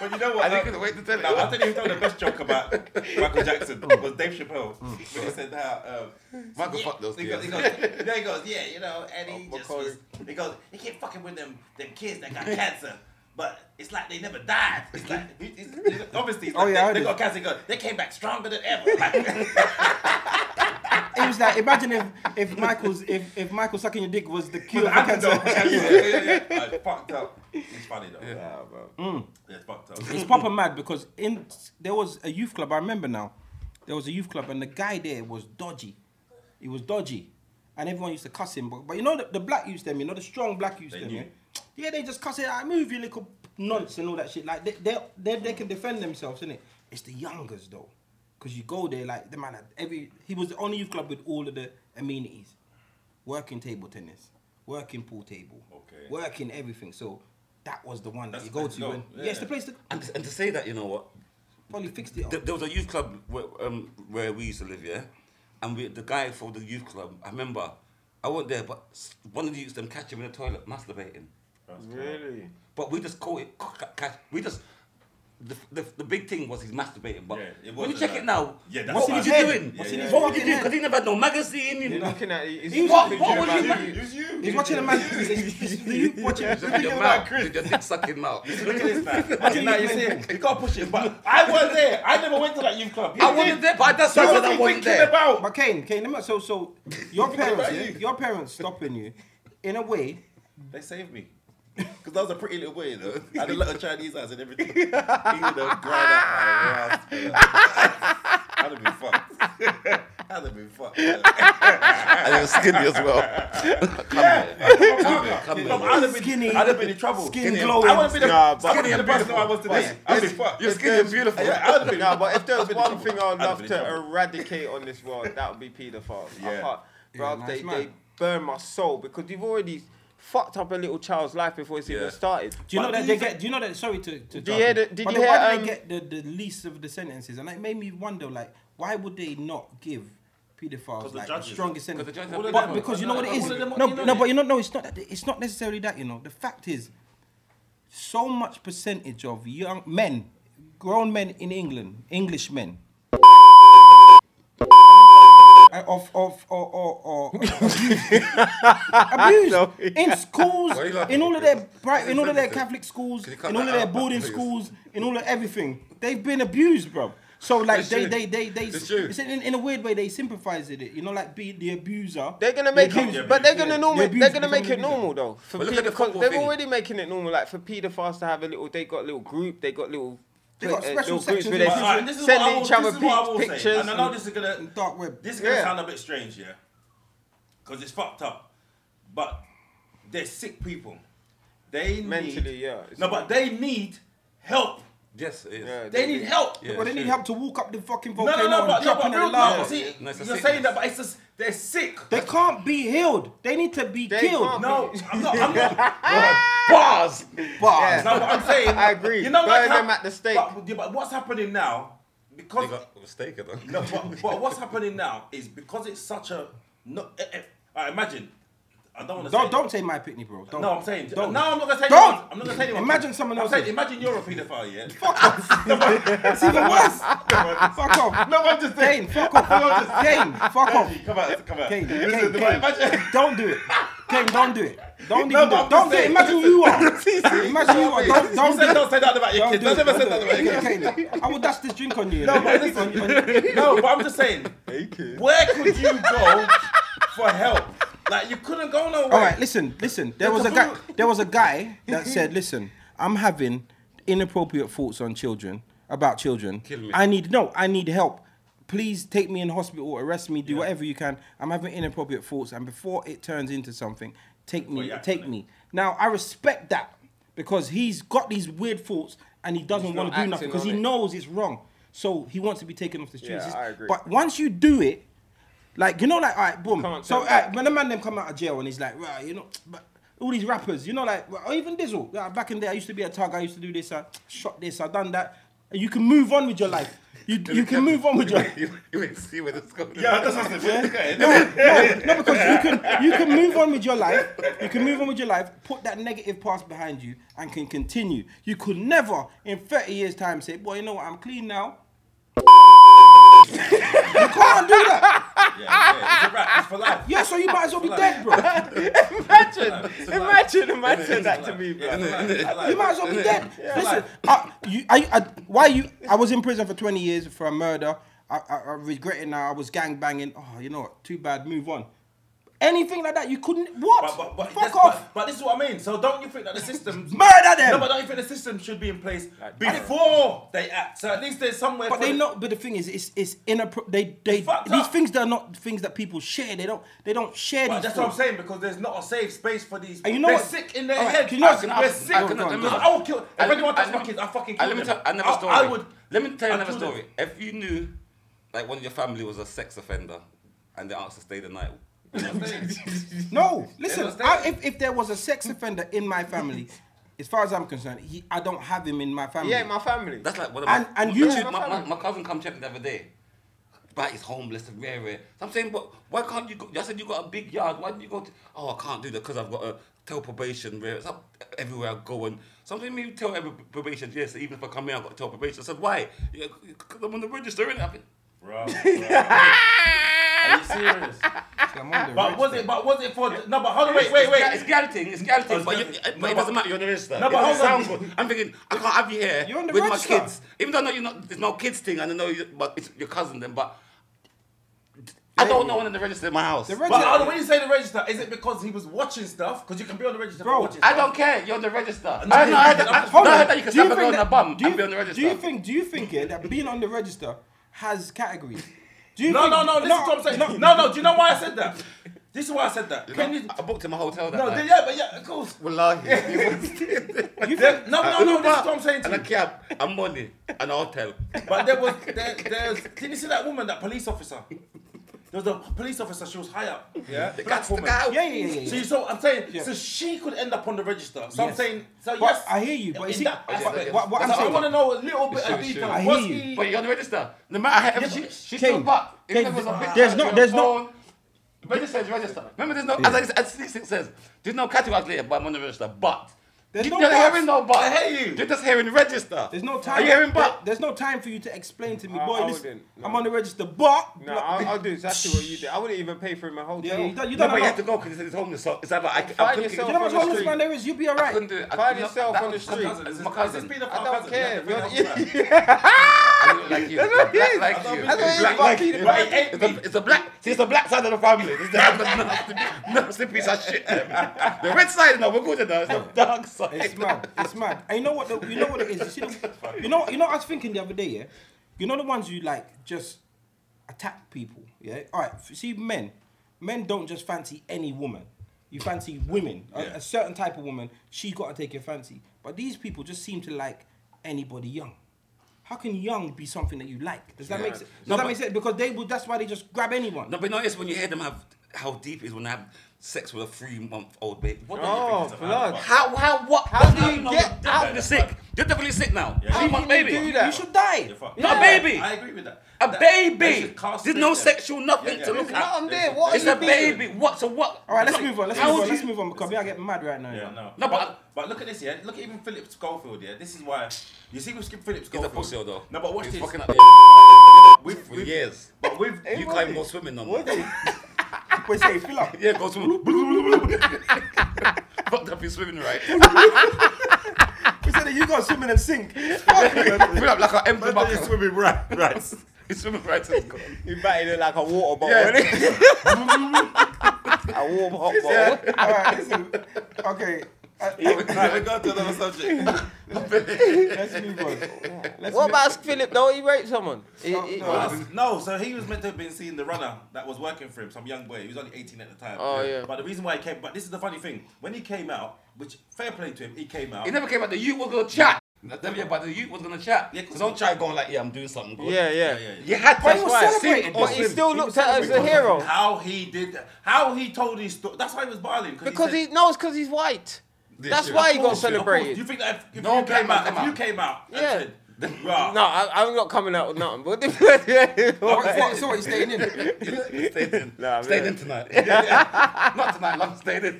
But you know what?
I think
um,
it's a way to tell
Now, I
it.
think you told the best joke about Michael Jackson
Mm.
was Dave Chappelle when he said that. Um,
Michael
yeah,
fucked those
he goes, he
kids.
goes, you know, he goes, yeah, you know, and he
Oh,
just
Macaulay.
was, he goes, he kept fucking with them them kids that got cancer. But it's like they never died. It's like it's, it's- obviously, it's
Oh,
like
yeah, I
they, they
did.
got cancer. he Goes, they came back stronger than ever. Like,
It was like imagine if if Michael's if, if Michael sucking your dick was the cure for
the antidote.
cancer.
yeah, yeah, yeah. Uh, fucked up. It's funny though. Yeah,
Nah, bro.
it's fucked up.
It's proper mad because in there was a youth club. I remember now. There was a youth club and the guy there was dodgy. He was dodgy, and everyone used to cuss him. But, but you know the, the black youth them, you know the strong black youth
They
them.
knew.
Yeah? yeah, they just cuss it. I move you little nonce and all that shit. Like they they they, they can defend themselves, innit? It's the youngers though, because you go there like the man had every. He was the only youth club with all of the amenities, working table tennis, working pool table,
Okay.
working everything. So. That was the one that
That's
you
the
go
place
to.
to go,
and,
yeah.
yeah, it's the place to
And, and to say that, you know what?
Probably fixed it.
There, there was a youth club where, um, where we used to live, yeah? and we, the guy for the youth club, I remember, I wasn't there, but s- one of the youths them catch him in the toilet masturbating.
Really?
But we just caught it, ca- ca- catch, we just, the, the, the big thing was he's masturbating. But
Yeah, it
when you
wasn't
check
that-
it now,
Yeah, that's
what
what
was
I
you
said.
doing?
Yeah,
What's
yeah,
in his
yeah.
What would you do? Because he never had no magazine. You
You're
know?
looking at it. It's
He was-
fucking
what
you
was
about
he
you.
doing?
It's you.
He's watching the man. He's, he's, he's, he's watching. He's
Look at
thinking
your
about
mouth,
Chris.
your dick sucking mouth.
Look at this man.
Watching
Now
that, you
you see,
see him.
you can't push it. But I wasn't there. I never went to that youth club.
I wasn't there, but that's
So
why
what are
I
you
wasn't
thinking
there.
about?
But Kane, Kane, let me- so so your parents,
about
yeah,
you.
your parents stopping you, in a way.
They saved me. Because I was a pretty little boy, you know. I had a lot of Chinese eyes and everything. He would have ground up my ass. man. I'd have been fucked. I'd have been fucked. man.
And you're skinny as well.
Come
Come
on,
on,
I'd have been,
Skinny.
I'd have been in trouble.
Skin
Kane,
glowing.
I would have been,
Nah,
I would have been the person I was today. I'd have been fucked.
Your skinny and beautiful.
Yeah, I'd have been.
No, but if there was
I've been in
one
trouble.
thing I'd
I've
love
been in
to
trouble.
eradicate on this world, that would be paedophiles.
Yeah.
I can't,
Yeah,
bruv,
nice
they,
man.
they burn my soul because you've already fucked up a little child's life before it's
Yeah.
even started.
Do you know
But
that
do
they
you
get? Do you know that? Sorry to. to
you hear the- did you hear,
Why do
um,
they get the, the least of the sentences? And it made me wonder, like, why would they not give pedophiles
the
like the
judges-
strongest
the
sentence?
judges
All of
But
them-
Because you know what it is.
all of them-
No,
you know
no,
it.
but you know, no. It's not. That, it's not necessarily that. You know, the fact is, so much percentage of young men, grown men in England, English men. uh, Of of or or, or abuse in schools,
Why you laughing?
in all of their bright, in all of their
Can you
Catholic schools,
cut
in all of
that
their
out,
boarding
please?
schools, in all of everything, they've been abused, bro. So like
It's
they,
true.
they they they
It's true.
it's in, in a weird way they sympathize with it, you know, like being the abuser.
They're gonna make
The
it,
abuser-
but they're
yeah,
gonna
the
normal.
abuser
They're gonna
becomes
make it
the abuser.
normal though. For
But look at the
paedo- 'cause
football
they're
thing.
already making it normal. Like for paedophiles to have a little, they got little group. They got little.
They got
uh,
special
little groups
sections
where
in
they
prison.
Alright, this is what I
send
will-
each other
this is what I will
pic-
say,
pictures.
And I know this is gonna
Dark web.
This is gonna
Yeah.
sound a bit strange, yeah, because it's fucked up. But they're sick people. They need-
Mentally, yeah. It's-
No, but they need help.
Yes, it is.
Yeah,
They need help.
Yeah.
But they need
sure.
help to walk up the fucking
No,
volcano
no, no, but
and
no,
drop in
but real
the
no,
lava.
but see,
No, it's a
you're saying
sickness.
that, but it's just they're sick.
They can't be healed. They need to be
They
killed.
can't
No,
No, I'm not. I'm not.
Bars!
bars.
No, but I'm saying.
I agree.
You know, like
Burn
how-
them at the stake.
But, yeah, but what's happening now?
They
Because
got mistaken. huh?
No, but, but what's happening now is because it's such a no. Eh, eh, I imagine. I don't want to.
Don't don't say my picnic, bro. Don't.
No, I'm saying.
Don't.
No, I'm not gonna say.
Don't.
anyone. I'm not gonna say anyone.
Imagine someone
I'm
else.
saying, imagine you're a paedophile, yeah.
It's even worse. fuck off.
No, I'm just saying.
Kane, fuck off. Kane, fuck off.
Come out, come out.
Kane, Kane,
Listen, but
Kane.
Imagine.
Don't do it. Kane, don't do it. Don't
No,
even do
but I'm
it. Don't do
saying-
it. Imagine who you are. Imagine who you are. Don't,
You
don't do
said
it.
don't say that about your
Don't
kid.
do it.
Don't ever
Don't
say
do
that
it.
about your kid.
Kane, Kane, I will dash this drink on you.
No,
you know?
but listen. No, but I'm just saying. Where could you go for help? Like you couldn't go nowhere.
All right, listen, listen. There was a guy. There was a guy that said, "Listen, I'm having inappropriate thoughts on children about children.
Kill me.
I need no. I need help. Please take me in hospital, arrest me, do whatever you can. I'm having inappropriate thoughts, and before it turns into something, take me,
you act on
take
it.
me. Now I respect that because he's got these weird thoughts and he doesn't want to do
acting
nothing because
on
he
it.
knows it's wrong. So he wants to be taken off the streets.
Yeah,
It's-
I agree.
But once you do it, like you know, like all right, boom.
Can't
so
turn
alright, when the man them come out of jail and he's like, right, you know, but all these rappers, you know, like or even Dizzle. Like, back in the day, I used to be a tug. I used to do this. I shot this. I done that. And you can move on with your life. You you can move on with your.
You, you ain't see where this going.
Yeah, that's what I'm saying.
No, no, no, because you can you can move on with your life. You can move on with your life. Put that negative past behind you and can continue. You could never in thirty years' time say, boy, you know what? I'm clean now. you can't do that.
Yeah, yeah, it's a wrap. It's for life.
Yeah, so you might as well be dead, bro.
Imagine, imagine a man said that to me,
Yeah,
bro.
it's for life.
You might as well be dead. Listen,
Like-
uh, you, I, I, why you? I was in prison for 20 years for a murder. I, I, I regret it now. I was gang banging. Oh, you know what? Too bad. Move on. Anything like that, you couldn't. What?
But, but, but,
Fuck
that's-
off.
But, but this is what I mean. So don't you think that the system?
Murder them.
No, but don't you think the system should be in place before they act? So at least there's somewhere.
But
for
they
the-
not. But the thing is, it's it's inappropriate. They they
fucked
these
up.
things that are not things that people share. They don't they don't share
But
these.
that's what I'm
thoughts.
saying because there's not a safe space for these.
And you know
they're
what?
sick in their
Alright,
head.
you know-
they're
I-
sick.
I
I,
can- let me-
I will kill. If
I-
anyone
I-
touches my kids, I fucking
I-
kill
let me
them.
tell another
I-
story.
I would.
Let me tell you another
kill them.
story. If you knew, like, one of your family was a sex offender, and they asked to stay the night.
No, listen.
not
I, if, if there was a sex offender in my family, as far as I'm concerned, he, I don't have him in my family.
Yeah, my family.
That's like one of
And-
my,
and
my,
you-
my, my, my cousin come check me the other day. but it's homeless and rare, rare. So I'm saying, but why can't you go? I said, you got a big yard. Why do you go to, oh, I can't do that because I've got a tell probation where it's up everywhere I go. And something me tell every probation, yes, even if I come here, I've got to tell probation. I said, why? Because I'm on the register, innit? I've been,
Bro, Are you serious?
I'm on the
But was it? But was it for? No, but hold on. Wait, wait,
It's-
wait.
It's, it's galting, it's galting,
It's
but, Oh, you,
galting.
but
No,
it
but-
doesn't matter, you're on the register.
No, but
it doesn't
hold on.
sound good. I'm thinking, I can't have you here
You're on the
with
register.
my kids. Even though I know you're not, it's no kids thing, and I know you, but it's your cousin then, but I don't know one in the register in my house.
The
But
register-
hold on, when you say the register, is it because he was watching stuff? Because you can be on the register
Bro,
for watching
I
stuff.
don't care, you're on the register. I
No,
know, I heard that, I,
hold
no, I
on.
heard that you can
Do you
slap a girl
think
on
that-
the bum
do you-
and be on the register.
Do you think? Do you think yeah, that being on the register has categories? Do you
No,
think,
no, no. This is what I'm saying. No, no, Do you know why I said that? This is why I said that.
You know,
Can you?
I booked him a hotel that
No,
night.
yeah, but yeah, of course.
Wallahi.
There- no, no, no. This is what I'm saying to
And a
you.
cab, and money, and a hotel.
But there was there, there's did you see that woman, that police officer? There was a police officer, she was high up. Yeah.
The
Black
cat's the
woman.
cow.
Yeah, yeah, yeah, yeah.
So you saw I'm saying
Yeah.
so she could end up on the register. So I'm
Yes.
saying so
But
yes.
I hear you, but you
in
see,
that
but-
aspect.
what- what I'm
so I
saying-
wanna know a little bit
Sure,
of
sure.
detail.
I
Was
hear you.
he
But you're on the register. No matter how, she, she's
Kane,
still back. Even
Kane,
if it was a picture,
there's no-
your
there's no-
phone, Register is register. Remember, there's no, as, I, as Six Six says, there's no categories later, but I'm on the register. But.
There's
you're
no
not
buts.
hearing no but.
I hear you.
You're just hearing register.
There's no time.
Are you hearing
there-
but?
There's no time for you to explain to me,
I-
boy.
I
This,
wouldn't, no.
I'm on the register, but
No, I'll, I'll do exactly what you did. I wouldn't even pay for him a whole
yeah,
deal.
you don't. You
No,
don't
but you
know.
have to go because it's homeless. So it's either I,
Find
I couldn't
yourself
You know how
on
much
the
homeless
street.
man there is. You'll be
I couldn't
alright.
do it. I
Find
couldn't-
yourself
that
on the
was-
street.
It's my cousin.
Speed up
I
our
don't
cousin.
care.
Yeah,
You're-
yeah.
I look like you. Black
That's
like you.
what it is,
Black
but
like you.
Peter
Right,
Pan.
It's a- it's a black. See, it's the black side of the family. It's the nasty, nasty piece of shit. The red side, no, we're good enough. It's the dark side.
It's mad. It's mad. And you know what? The, you know what it is. You, see the, you know. You know. I was thinking the other day. Yeah. You know the ones who like just attack people. Yeah. All right. f- See, men. Men don't just fancy any woman. You fancy women. A- A, certain type of woman. She got to take your fancy. But these people just seem to like anybody young. How can young be something that you like? Does that make sense? Does
No,
that
but-
make sense? Because they would. That's why they just grab anyone.
No, but notice when you hear them have how deep it is when they have sex with a three-month-old baby. What the-
Oh, blood.
How? How? What?
How
what
do you
know?
get
You're
out?
definitely sick. You're definitely sick now.
Yeah.
How
Three-month
can you
baby.
do that?
You should die.
You're fucked.
Not a baby.
I agree with that.
A
That- they
baby.
should cast
There's no
straight there.
sexual nothing
Yeah,
to
yeah.
look
It's
at.
not there. What are
it's
you
a
beating?
baby. What? So what?
All right. Let's
Like,
move on. Let's
how
move
would
on. Let's
you-
move on because we are getting mad right now.
Yeah,
Yeah.
no.
No, but-
but look at this, yeah. Look at even Philip Schofield, yeah. This is why you see with Skip Philip
He's a
Schofield.
pussy though.
No, but watch
He's
this.
fucking up the
With-
for
with-
years.
But with
You can't go swimming no more.
Wait, say, fill up.
Yeah, go swimming. Fucked up, you swimming right.
We said that you go swimming and sink.
Fill up like an empty bucket.
swimming right, right.
He's swimming right to the goal.
You batted it like a water bottle.
Yeah.
innit? a warm hot bottle.
All right, listen. Okay,
Right, we go to another subject.
let's move on. Let's
What
move-
about Philip though? He raped someone. He- he-
no.
No, so he was meant to have been seeing the runner that was working for him, some young boy. He was only 18 at the time.
Oh, yeah.
But the reason why he came, but this is the funny thing. When he came out, which fair play to him, he came out.
He never came out. The youth was gonna chat. Never yeah, but the youth was gonna chat.
Yeah,
Yeah, cause don't try going like, yeah, I'm doing something good.
Yeah, yeah.
You had to
But he was
sink
celebrating.
or
But he
swim.
still looked at us as a hero.
How he did that. How he told his story. That's why he was barling.
Because he
said-
knows because he's white.
Yeah,
That's
sure.
why he
Of
got
course, yeah, of
Of course, do you
celebrated.
think that if, if
No
you
came
came out,
out, come
if you
out.
came out and
Yeah.
said, "Rah,
No, I, I'm not coming out with nothing. But yeah,
What, so what, you staying in?
Stayed in.
Nah,
stayed
man.
in tonight. Not tonight, love. Stayed in.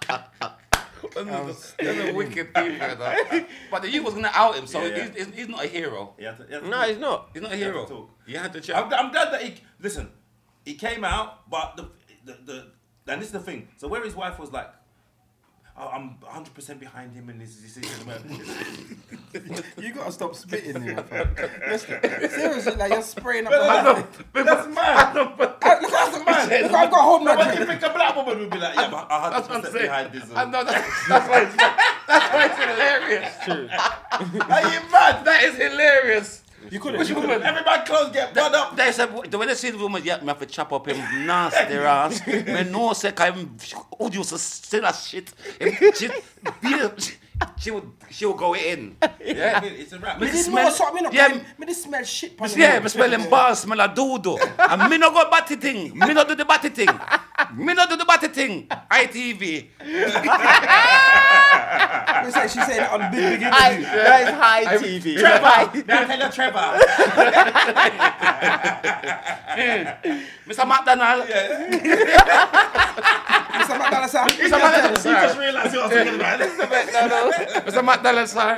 Them are the- them are wicked people, though. But the youth was gonna out him, so
Yeah, yeah.
He's, he's, he's not a hero.
He had to- he had to
no,
talk.
he's not.
He's not a
You have to
hero.
talk.
You had to
I'm,
chat.
I'm glad that he listen. He came out, but the the, the and this is the thing. So where his wife was like, "Oh, I'm 100 percent behind him in his decision.
You gotta stop spitting here. fam. Let's- Seriously, like you're spraying up.
no,
The
no. That's
I,
mad.
look, that's the man. Look, I've got hold of
But
my
do you
drink.
think a black woman would be like, yeah, but I'm 100
That's what I'm
percent
saying.
behind this. uh,
I know that's, that's why it's that's why it's hilarious.
Are you mad?
That is hilarious.
You couldn't.
Which
you couldn't.
woman?
uh, Everybody clothes get burned up.
They said the way they see the woman, yeah, me have to chop up him nasty ass. Me no say I'm odious as still as shit. If She, she, she would she would go in.
Yeah, it's a wrap.
Me this
smell-
smell something up.
Yeah.
Yeah, me this smell shit. pon
Yeah,
me.
me smell him bar, smell a doodle. And me no go batty thing. Me no do the batty thing. Me no do the batty thing. ITV.
It's like she's saying it on big, big
High,
interview.
that is high TV.
Trevor! Now tell her Trevor!
Mr. McDonald.
Mr. McDonald, sir.
He just, he just realised what I was thinking about. This is the best.
Mr. McDonald, sir.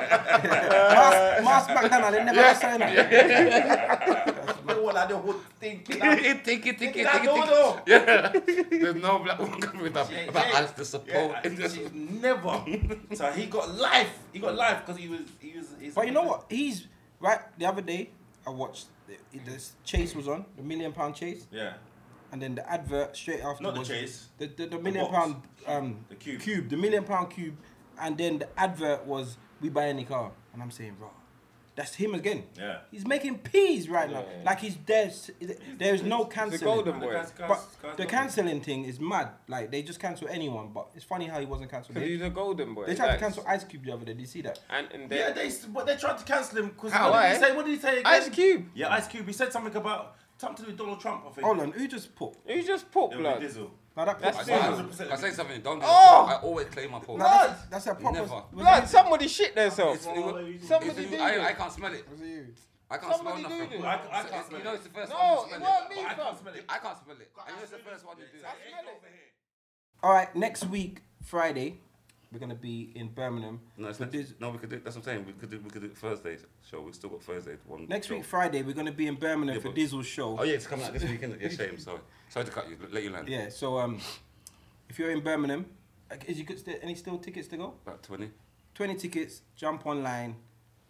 Mas- Mas McDonald, they never say that.
They want like the whole thing.
It- it- Tiki, tiki, tiki,
That door,
tiki.
though.
There's no black woman coming up about us to support.
Yeah, she's never. So he got life. He got life because he was. He was. he's-
But you know what? He's right. The other day, I watched the, the chase was on the million pound chase,
Yeah.
and then the advert straight after.
Not the
was
chase.
The the, the million
box.
pound um
The cube.
the million pound cube, and then the advert was we buy any car, and I'm saying, bro, that's him again.
Yeah.
He's making peas right now. Like he's there. There is no cancelling.
golden boy.
Guys, guys,
But
guys,
the
guys.
cancelling thing is mad. Like they just cancel anyone. But it's funny how he wasn't cancelled.
Because
They,
he's a golden boy.
they tried to
like,
cancel Ice Cube the other day. Did you see that?
And, and they,
Yeah, they s- but they tried to cancel him because
How,
what did he
why?
say? What did he say again?
Ice Cube.
Yeah, Ice Cube. He said something about something to do with Donald Trump. I think.
Hold on, who just put?
He just put
It was
blood.
Dizzle.
Now that
That's
put-
it.
Wow.
100%.
I say something, don't do
Oh.
it. I always claim my port.
No, that's, that's a proper.
Never.
Blood, somebody shit themselves.
It's- it-
Somebody
it's-
do
I, I
this.
can't smell it.
you.
I can't
Somebody
smell
do
nothing.
this.
I, I can't
You
smell
know
it.
it's the first
No,
time
it
you smell
weren't
it.
me,
I
fam.
can't smell it.
I can't smell it. And you're the first one to do that.
All right, next week, Friday, we're gonna be in Birmingham.
No, it's
But
next,
this-
no, we could do. That's what I'm saying. We could do. We could do Thursday show. We've still got Thursday one.
Next
show.
week, Friday, we're gonna be in Birmingham for
but-
Diesel's show.
Oh yeah, it's coming out this weekend. Yeah, shame. Sorry. Sorry to cut you. Let you land.
Yeah. So um, if you're in Birmingham, like, is you got st- any still tickets to go?
About twenty.
Twenty tickets. Jump online,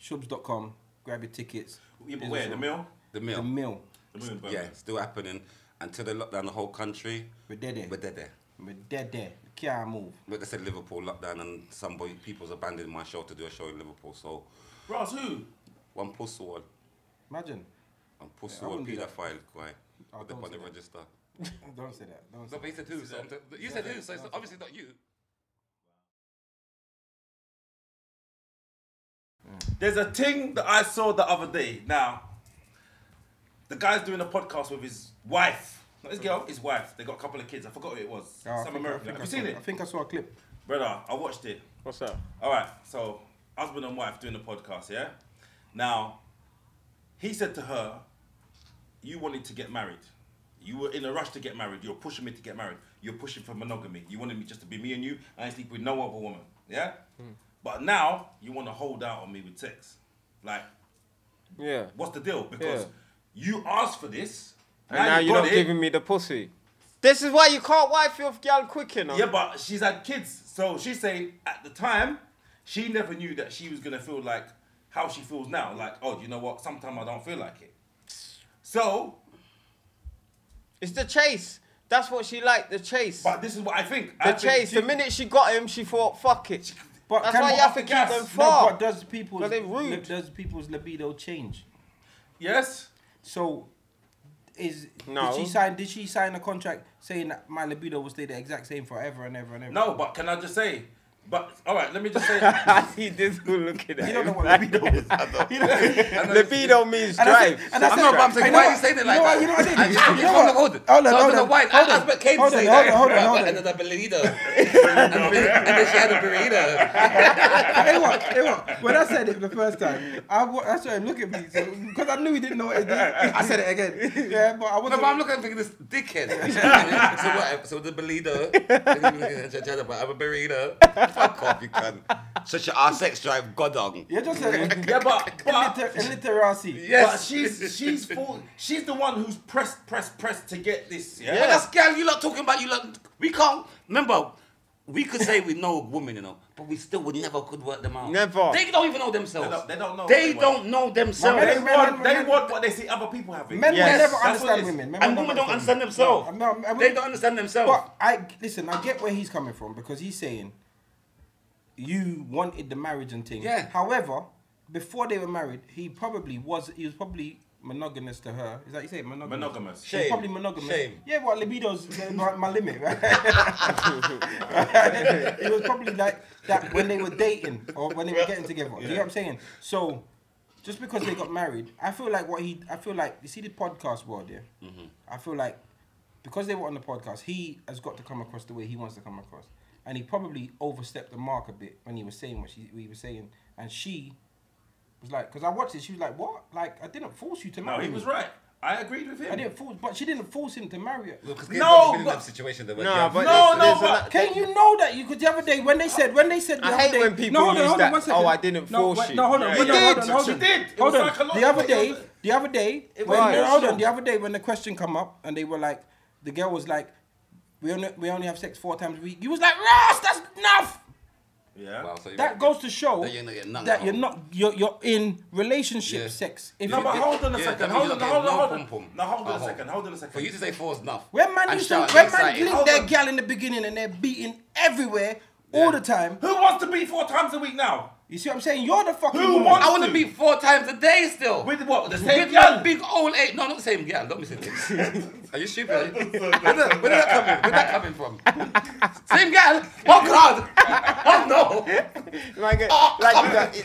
shubs.com. Grab your tickets.
Yeah, but
Diesel's
where? The
show.
mill?
The
The
meal.
mill.
The moon, bro.
yeah, it's still happening until they lock down the whole country.
We're dead there.
But they're there.
We're dead there. Can't move.
But they said Liverpool lockdown, and somebody people's abandoned my show to do a show in Liverpool. So
Ross, who?
one pussy one,
Imagine.
one pussy
I
one
wouldn't do that.
paedophile guy.
Oh,
Put
don't
them on the
say that.
register.
Don't say that. Don't say
No, but he said who? So I'm t- you said who? So it's obviously not you.
There's a thing that I saw the other day. Now, the guy's doing a podcast with his wife. Not his girl, his wife. They got a couple of kids. I forgot who it was.
that. Oh, I
Some
think- I
American.
think
Have
I
you
saw-
seen it?
I think I saw a clip.
Brother, I watched it.
What's up?
All right, so husband and wife doing the podcast, yeah? Now, he said to her, You wanted to get married. You were in a rush to get married. You're pushing me to get married. You're pushing for monogamy. You wanted me just to be me and you and I sleep with no other woman, yeah?
Hmm.
But now, you want to hold out on me with sex. Like,
Yeah.
what's the deal? Because
Yeah.
you asked for this.
And now
you
you're
got
not
it.
giving me the pussy. This is why you can't wife your gal quick enough.
Yeah, but she's had kids, so she's saying at the time she never knew that she was gonna feel like how she feels now. Like, oh, you know what? Sometimes I don't feel like it. So,
It's the chase. That's what she liked, the chase.
but this is what I think.
the chase. the minute she got him, she thought, fuck it.
But
That's
can-
why you have to keep
gas.
them
No,
far.
but does people's
But they're rude.
lib- does people's libido change?
yes,
So is
No.
did she sign did she sign a contract saying that my libido will stay the exact same forever and ever and ever?
no, but can I just say? But all right, let me just say.
I see this who looking at
You don't know
him.
what libido is.
Libido means
And that's it.
drive.
And that's
I
it.
know, but I'm saying,
You know
why are you
what-
saying it
you
like
know
that?
what- You know what I did?
I-
You
you
know
come
what?
to hold it.
Hold on,
So I
hold
don't know
on.
why.
Hold
I
on,
expect Kane
hold
to say
on, hold
that.
on, hold on, hold on.
And then a burrito. and then she had a burrito.
Hey, what? Hey, what? When I said it the first time, I, wa- I saw him look at me because I knew he didn't know what it did. I said it again. Yeah, but I
No,
wasn't.
but I'm looking at thinking this dickhead. so what? So the burrito. I have a burrito. Fuck off, you cunt. Such a our sex drive godong.
You're just a
yeah, but but
illiter- illiteracy.
but
Yes.
she's she's full, she's the one who's pressed, pressed, pressed to get this. Yeah.
Well, that's girl. You lot talking about you lot. We can't remember. We could say we know women, you know, but we still would never could work them out.
Never.
They don't even know themselves.
They don't- they don't know
They
what they
don't know themselves.
They
Men- men-
want, they
men-
want what they see other people having.
Men
Yes.
will never
That's what it
understand
is.
women. Men
And
will
women
never
don't understand themselves.
No, I'm- I'm-
they don't understand themselves.
But I listen. I get where he's coming from because he's saying you wanted the marriage and thing.
Yeah.
However, before they were married, he probably was. He was probably monogamous to her. Is that you say monogamous?
Monogamous.
He was
Shame.
Probably monogamous.
Shame.
Yeah, but libido's uh, my, my limit, right? it was probably like that when they were dating or when they were getting together. Do you know what I'm saying? So, just because they got married, I feel like what he, I feel like you see the podcast world, yeah. I feel like because they were on the podcast, he has got to come across the way he wants to come across, and he probably overstepped the mark a bit when he was saying what she what he was saying, and she was like, because I watched it, she was like, what? Like I didn't force you to marry.
No, he
me.
was right. I agreed with him.
I didn't force, but she didn't force him to marry her.
No,
no,
but-
situation that we're
No,
no,
but-
No,
There's-
no,
there's a
but
lot-
Can you know that? You could the other day when they said when they said the
I
other
hate
day,
when people
no, hold on,
use
hold on,
that,
one second.
"Oh, I didn't
no,
force
wait,
you."
No, hold on,
Yeah,
hold
yeah,
on,
yeah.
hold on, hold
She
on.
did. It
Hold
was
on.
psychological.
The other
It
day,
was-
the other day,
It
when,
was.
no, hold on, the other day when the question come up and they were like, the girl was like, we only we only have sex four times a week. You was like, Ross, that's enough.
yeah.
That goes to show
That you're not getting none
that
at
you're
all.
not you're you're in relationship
Yeah.
sex. If
No,
you-
but
if-
hold on a
Yeah,
second.
that
Hold
means
on,
you're
hold on,
not
hold
getting no
on. Now hold on a
pom-pom.
second. Hold on a second.
For you to say four is enough.
When man
And
used to,
shout
when
and
man
excite.
link
Hold
their
on.
gal in the beginning and they're beating everywhere all the time.
Who wants to be four times a week now?
You see what I'm saying? You're the fucking
Who
woman.
wants
I want to be four times a day still.
With what? The
With
same
my
girl?
big old age. No, not the same girl. Don't be saying that. Are you stupid? Where did that where did that come in? Where did that coming from? same girl? Oh, God. Oh, no.
Like, a- like you got,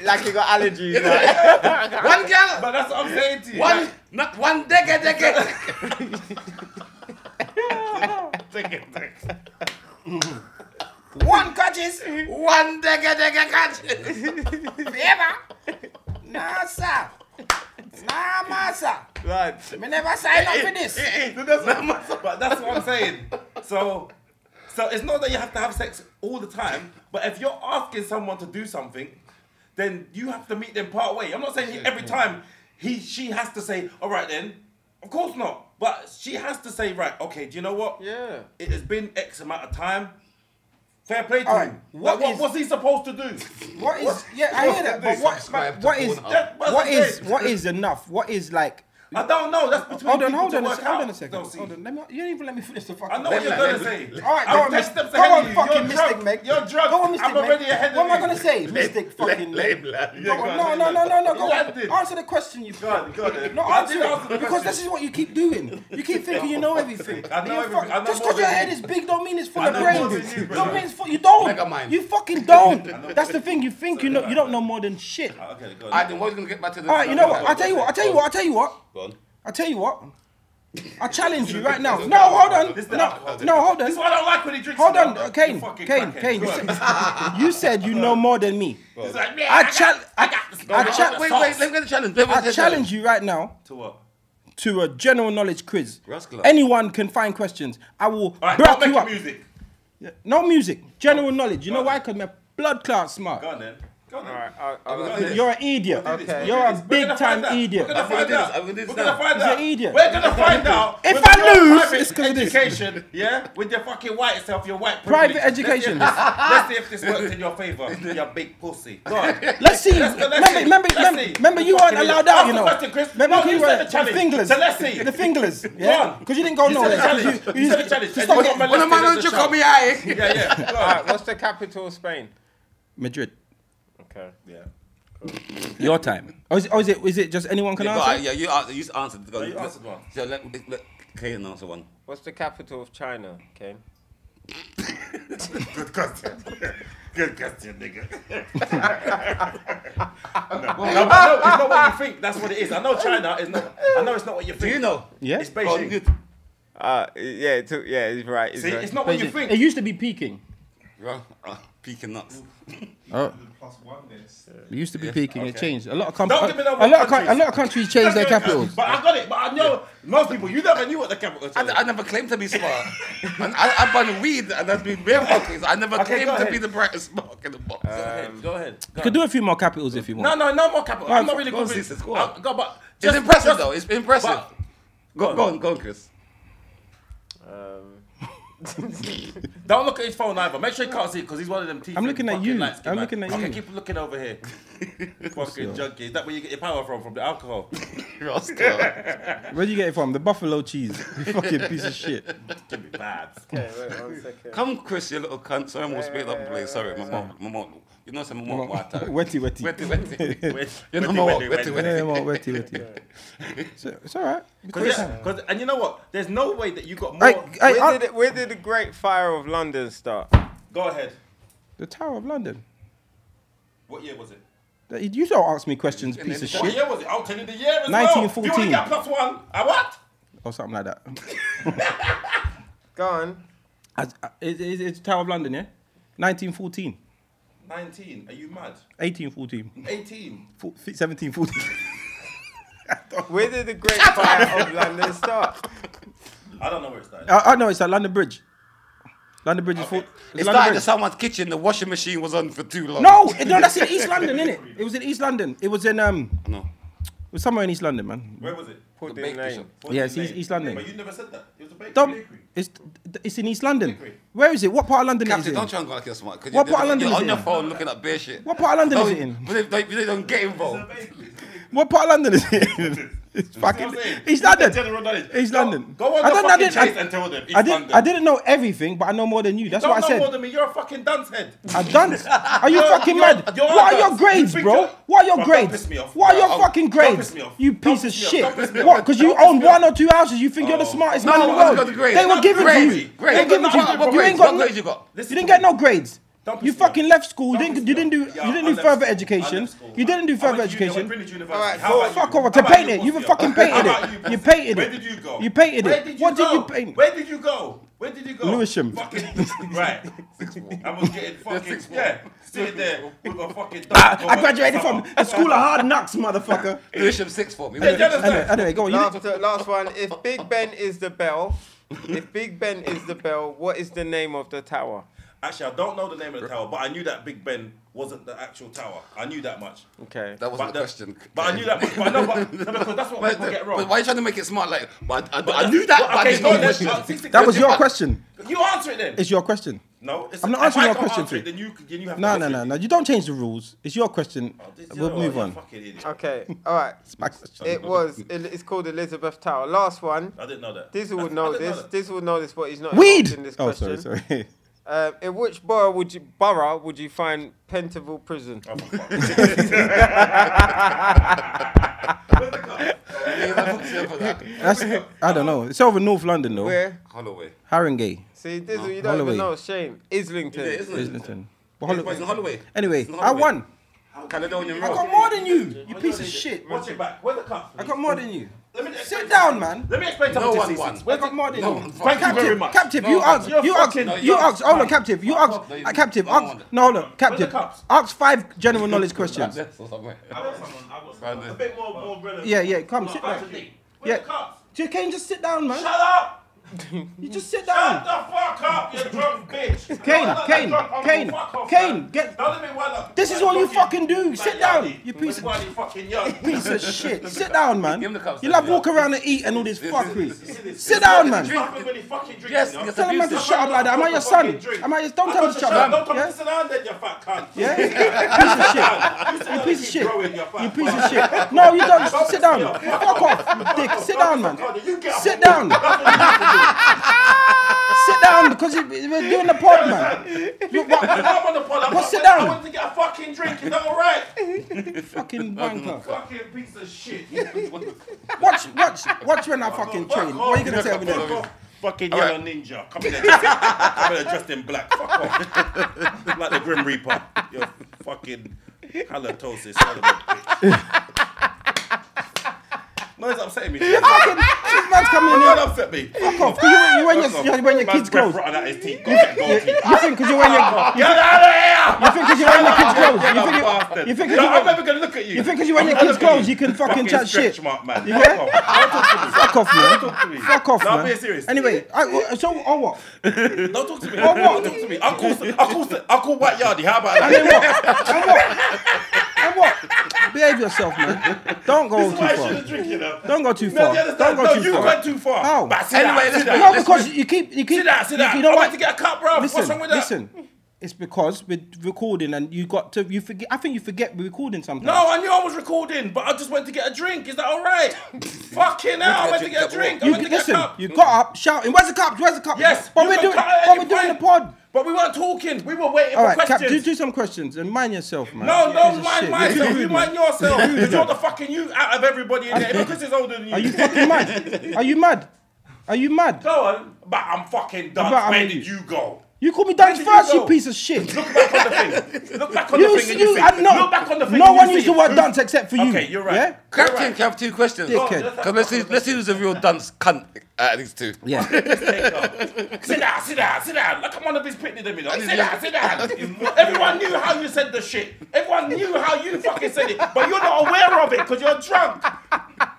like you got allergies. Like.
One girl.
But that's what I'm saying to you.
One, not one decade, decade.
One grudges
One decade, decade, catch.
forever. Nah, sir. Nah, man, sir.
Like,
Me never sign up for this.
But that's, but that's what I'm saying. So, so it's not that you have to have sex all the time, but if you're asking someone to do something, then you have to meet them part way. I'm not saying every time he she has to say, "All right then." Of course not. But she has to say, "Right, okay, do you know what?
Yeah.
It has been X amount of time. Fair play to
All
him.
right, what
Like, what
is-
what's he supposed to do?"
What is? Yeah, I hear that. But
Subscribe
what? What
to
is?
Pornhub.
That- that's
What
the
is?
thing.
What is enough? What is like?
I don't know. That's between
Hold on,
people
hold
to
on, a
work
se- hold on a
out.
second.
No, see,
Hold on, let me. You didn't even let me finish the fucking.
I know what you're gonna
let-
say.
All right, go
I'm
on,
ten
Mis-
steps
go
ahead
on,
of you.
fucking
You're
Mystic,
drunk.
mate.
You're drunk.
Go on, Mystic,
I'm already
mate.
ahead
What am I
of
gonna
you.
say, Mystic? Fucking.
Lame, lad.
Go on, no, no, no, no, no, go
landed.
on. Answer the question, you.
Go on, go on then.
No,
I
answer
did answer the
it. Because
question.
this is what you keep doing. You keep thinking you know everything.
I know
You
everything.
fuck-
I know
Just
more
because your
than
head
you.
is big don't mean it's full
I
of
know
brains.
more than you,
Don't
brother.
mean it's full. You don't.
Mega mind.
You fucking don't. That's the thing. You think you know. You don't know more than shit. All
Okay, go on.
I then what are we going to get back to Ah, the.
right. You know what? I will tell you what. I will tell you what. I will tell you what.
Go on.
I will tell you what. I challenge you right now. No, hold
This
on.
is the
No,
alcohol.
no, hold
This is
on.
why I don't like when he drinks.
Hold
now,
on,
though.
uh, Kane,
You fucking
Kane,
crackhead.
Kane. You
Go on.
said, you said you know more than me.
He's like, yeah,
I
got-
challenge.
I got this.
I
Go
cha-
on,
Wait,
sauce.
wait, let me get the challenge. Let me get
I
the
challenge you right now
To what?
to a general knowledge quiz.
Rascal.
Anyone can find questions. I will
All right,
back you
don't make
up.
music.
No music. General knowledge. You know
on.
why? Because my blood clot smart.
Go on then. Go on.
Alright,
then.
I- I-
Go on then.
You're an idiot.
We'll do this.
You're a
We'll do this. We're
big
gonna
time
find out.
idiot.
We're gonna
I'm gonna
find
do this.
out.
I'm gonna do this
We're gonna
now.
find
He's an
out.
idiot.
We're gonna find out.
If
with
I
your
lose,
private
it's 'cause of this.
education. Yeah, with your fucking white self, your white
Private
privilege. Let's see if
education.
this- Let's see if this works in your favor. You big pussy. Go on.
Let's see.
Let's go, let's
remember,
see.
remember,
Let's
remember,
see.
remember, you
Fucking
weren't allowed out,
idiot. Ask
you
the
know.
question, Chris.
Remember,
No, you said the
the
challenge.
finglers.
So let's see.
The finglers.
Go
Yeah,
on.
because you didn't go
You
nowhere.
said the challenge. You said the challenge.
just
And
stop
you got
it.
my
When a
list
man
in
don't
as
you
a
call
child.
me I.
Yeah, yeah. Go on.
alright, what's the capital of Spain?
Madrid.
Okay.
Yeah.
Your time. Or Oh, is, it, or is it? Is it just anyone can
Yeah, go
answer?
on, yeah, you answered. You answered. Go on.
you answered one.
So let, let, let Kane answer one.
What's the capital of China, Kane?
Good question. Good question, nigga. no, no, but no, it's not what you think. That's what it is. I know China is not. I know it's not what you
Do
think.
you know?
Yeah.
It's
Go on,
Beijing.
good.
Uh, yeah, it took, yeah, he's right. He's
See,
right.
it's not what you think.
It used to be Peking.
Well, uh, peeking nuts.
Oh,
Plus one this.
it used to be Peking. It changed. A lot of
Don't
countries.
give me no
A lot of coun-
countries.
a lot of countries changed their
That's what it-
capitals.
But I got it. But I know most people. You never knew what the capital.
I, I never claimed to be smart. and I, I bun weed and I've been bare fuckers. I never
Okay,
claimed
go
to
ahead.
be the brightest spark in the box.
Um, go ahead.
You could do a few more capitals if you
No,
want.
no, no more capital. I'm not really
go
good with
on, sisters, go
I-
on.
Go, but
it's
just-
impressive
just-
though. It's impressive.
but-
go, go on, go on, Chris.
Um,
Don't look at his phone either. Make sure he can't see it because he's one of them teeth.
I'm looking at you. I'm looking at
okay,
you.
keep looking over here. fucking junkie. Is that where you get your power from? From the alcohol?
Rascal.
Where do you get it from? The buffalo cheese. You fucking piece of shit.
Give me vibes.
okay, wait one second.
Come, Chris, you little cunt. Sorry, I'm gonna speak up and play. Sorry, my mom, my mom. You know, some mom water.
Wetty, wetty.
Wetty, wetty.
Wait,
You know,
wait,
my
wait,
mom.
wait,
Wetty,
wait.
wetty.
Yeah, well, wetty, wetty. So, it's all right.
Cause, yeah, 'cause- and you know what? There's no way that you got more.
Hey, hey,
Where
I-
did, it, where did the Great Fire of London start?
Go ahead.
the Tower of London.
What year was it?
You don't ask me questions, piece of
What
What
shit,
year was it? I'll tell you the year as well.
1914.
If you want to get plus one, I what?
or something like that.
Go on.
As, uh, it- it- it's Tower of London, yeah? 1914,
19. Are you mad?
1814,
18.
fo- 1714.
Where did the Great Fire of London start?
I don't know where it started.
I, I know Uh, it's at London Bridge. London Bridge is for.
It's like in someone's kitchen, the washing machine was on for too long.
No, no, that's in East London, isn't it? It was in East London. It was in um,
No.
it was somewhere in East London, man.
Where was it?
Put
The
the
bake
name.
shop.
What's
Yeah,
his
it's East-
name?
East London.
But you never said that. It was a bakery.
Don't.
bakery.
It's it's in East London.
Bakery.
Where is it? What part of London is
Captain,
it? in?
don't try and go like you're smart. 'cause
What
you're-
part of London
you're
is
on
it
your
in?
phone looking at beer shit.
What part of London is it in?
But they, they, they don't get
It's a
involved.
bakery. It's a bakery.
What part of London is it? in? It's fucking
what I'm saying.
East London.
General knowledge.
East
Go-
London.
Go on
I
the
don't- I
fucking
didn't- I-
chase and tell them. East
I didn't
London.
I didn't know everything, but I know more than you. That's
Don't
what I
know
said.
more than me. You're a fucking dance head.
A dunce? Are you
You're-
fucking
you're-
mad?
you're
what
a
are your
dunce.
grades,
You think
bro?
you're-
What are your
Bro, don't
grades?
piss me off.
What are your
Don't-
fucking
don't piss
grades?
me off.
You
Don't
piece of
piss me off.
shit.
Don't piss me off.
What? Because you
Don't piss
own
me off.
one or two houses, you think you're the smartest man in the
no,
world.
got the grades.
They were
No,
giving
grades.
to you.
Grades.
They were giving
What-
to you.
what- what
You
grades?
ain't got
What grades you got?
You didn't get no grades.
Don't piss
You
me off.
fucking left school. You
Don't
didn't
piss
you
me
didn't do
off. Yeah,
you didn't
I
do
left
further
school. I
education.
left school,
You
man.
didn't do
I
further
went to uni- I went
education.
British University. How
Fuck
about you?
off, I
How about
painted it. You
Bosnia?
fucking painted
How
it.
about
You
Bosnia?
painted
Where
it.
did you go?
You painted
Where
it.
did you
What did
go?
you paint?
Where did you go? Where did you go?
Lewisham.
Fucking right. I was getting fucking yeah, sitting there with a fucking.
Ah, I graduated from a school of hard knocks, motherfucker.
Bishop six for me.
Hey, tell us
Anyway,
that.
anyway, go on. You didn't-
Last, last one. If Big Ben is the bell, if Big Ben is the bell, what is the name of the tower?
Actually, I don't know the name of the tower, but I knew that Big Ben wasn't the actual tower. I knew that much.
Okay.
That
But
wasn't the
the-
question.
But I knew that much. But I know, but, no, because that's what
But,
people get wrong.
but why are you trying to make it smart? Like, but I, but uh, I knew that.
Well,
but I
okay,
didn't
go
know
on,
the
let's-
question.
uh, six- six-
That was your
But-
question.
You answer it then.
It's your question.
no, it's,
I'm not
if
answering
I
your
can't
question,
answer it,
Phil.
Then you, then you have
No,
to
no,
answer
no,
it. Oh,
no. You don't change the rules. It's your question.
This- you know
We'll
what,
move
you're
on.
fucking idiot.
Okay. All right.
It's my question.
It was. It's called Elizabeth Tower. Last one.
I didn't know that.
Diesel
I-
would
I
know
didn't
this.
that.
Diesel would know this, but he's not
Weed.
involved in this
Oh,
question.
sorry, sorry.
Uh, in which borough would you borough would you find Pentonville Prison?
Oh, for fuck's sake. Where's the car?
Yeah, that puts you up for that.
That's, I don't know. It's over North London though.
Where?
Holloway.
Harringay,
See, Dizzle, you don't
Holloway.
even know. Shame. Islington.
Yeah, isn't it?
Islington. But
It's- it's in
Holloway.
Holloway.
Anyway,
It's in
I
Holloway.
won.
Caledonian
I
Road.
got more than you. You piece of shit.
Watch it back. Where's the cup?
I got more than you.
Let me explain
Sit down,
something.
man.
Let me explain
No
something
one
to you.
won.
I got more than you.
No, fuck you very
Captive,
much.
captive,
No,
you
fuck
asked,
you.
you asked,
No, you
you
asked.
asked, hold on, captive, you asked,
No, you
uh, captive,
don't
asked,
want it.
no, hold on, captive,
cups?
ask five general knowledge questions.
That's or somewhere.
I've got a bit more, more relevant.
Yeah, yeah, come, sit down.
Where's
Yeah.
the cups?
You can't just sit down, man.
Shut up!
You just sit
Shut
down.
the fuck up, you drunk bitch!
Kane,
Why not
Kane,
that drunk uncle?
Kane,
Fuck off,
Kane,
man.
get-
Don't let me wind up.
This is all you fucking do. Sit down, you piece of
of fucking young.
piece of shit. Sit down, man.
Give him the cups,
You love
yeah.
walk around and eat and all this fuckery.
This
Sit
is
down,
what you
man.
drink when you fucking drink,
Yes,
you know?
yes,
Tell him man to
Abuse
shut up like that. Am I your son? Am I your? Don't tell him to shut
Don't
up.
come
Yeah.
to sit down then, you fat cunt.
Yeah, yeah. piece of shit. You piece of shit.
keep growing, you're fat
You piece
fuck.
of shit. No, you don't.
Don't
Sit
piss
down.
me off.
Fuck off, you dick. Sit down, man.
Fuck off, you get off.
Sit down. Sit down because you- we're doing the pod, man. You what,
I'm on the pod. I'm
Well,
not-
sit down.
I want to get a fucking drink. Is that all right?
fucking wanker.
fucking piece of shit.
Watch, watch, watch when I fucking train. What are you gonna tell me
Oh, Fuck
then?
off. Fucking
All
yellow
right.
ninja. Come in there. Come in there dressed in black. Fuck off. like the Grim Reaper. You're fucking halitosis. son of a bitch. No, it's upsetting me. It's
Fucking, this man's coming in here.
not upset me. Fuck
Fuck off. 'cause You, you wearing your, you're wearing your
Man's
kids'
breath
clothes.
rotting out his teeth. Go get gold teeth.
You think because you're wearing your, you
Get out of here!
think 'cause you're wearing your kids' clothes. You think you-
Bastard.
you think
No,
you-
I'm never gonna look at you.
you think 'cause you're wearing your
I'm
kids'
not looking at
clothes, you can fucking chat
stretch
shit.
Mark, man.
You hear?
Fuck off.
Fuck off,
Don't
man.
talk to me.
Fuck off,
No,
man.
I'm being serious.
Anyway, I, so or what?
Don't talk to me.
Or what?
Don't talk to me. I'll call, I'll call, I'll call White Yardie. How about
And then
that?
what? And what? And what? Behave yourself, man. Don't go
This is
too
why I
far.
shouldn't drink, you know.
Don't go too
No,
far.
you
Don't
understand?
go
No,
too
you
far.
went too far.
How?
But sit
Anyway,
down,
let's
sit
go.
down.
No, because you keep you keep
Sit down, sit
you-
down.
You know
I
what?
want to get a cup, bro. What's
Listen,
wrong with that?
listen. It's because we're recording and you got to you forget. I think you forget we're recording sometimes.
No, I knew I was recording, but I just went to get a drink. Is that all right? Fucking hell, I went to get a drink. I
You,
went to get a
listen,
cup.
you got up shouting, "Where's the cup? Where's the cup?"
Yes,
but
you
we're
can
doing,
cut at
but
any
we're doing the
point.
pod.
But we weren't talking. We were waiting
All
for
right, Cap, do,
questions.
do some questions and mind yourself, man.
No,
Piece
no,
of
mind
shit.
myself. You
rude,
mind yourself. Because
man.
you're the fucking you out of everybody in there. Because it's older than you.
Are you fucking mad? Are you mad? Are you mad?
Go on. But I'm fucking done.
But I
Where
mean-
did you go?
You call me Dan's
did you
first, you
go?
piece of shit.
Look back on the thing. Look back on
You,
the thing. and you
you,
see.
I, no,
Look back on the thing.
no
and you
one
see.
used the word
Who-
dance except for you.
Okay, you're right.
Yeah?
Captain, can I have two questions?
Dickhead.
Come on, let's see, let's see who's a real dunce cunt out of these two.
Yeah.
Sit down, sit down, sit down. Look, I'm one of his pitney them, you know. Sit
yeah.
down, sit down. Everyone knew how you said the shit. Everyone knew how you fucking said it, but you're not aware of it because you're drunk.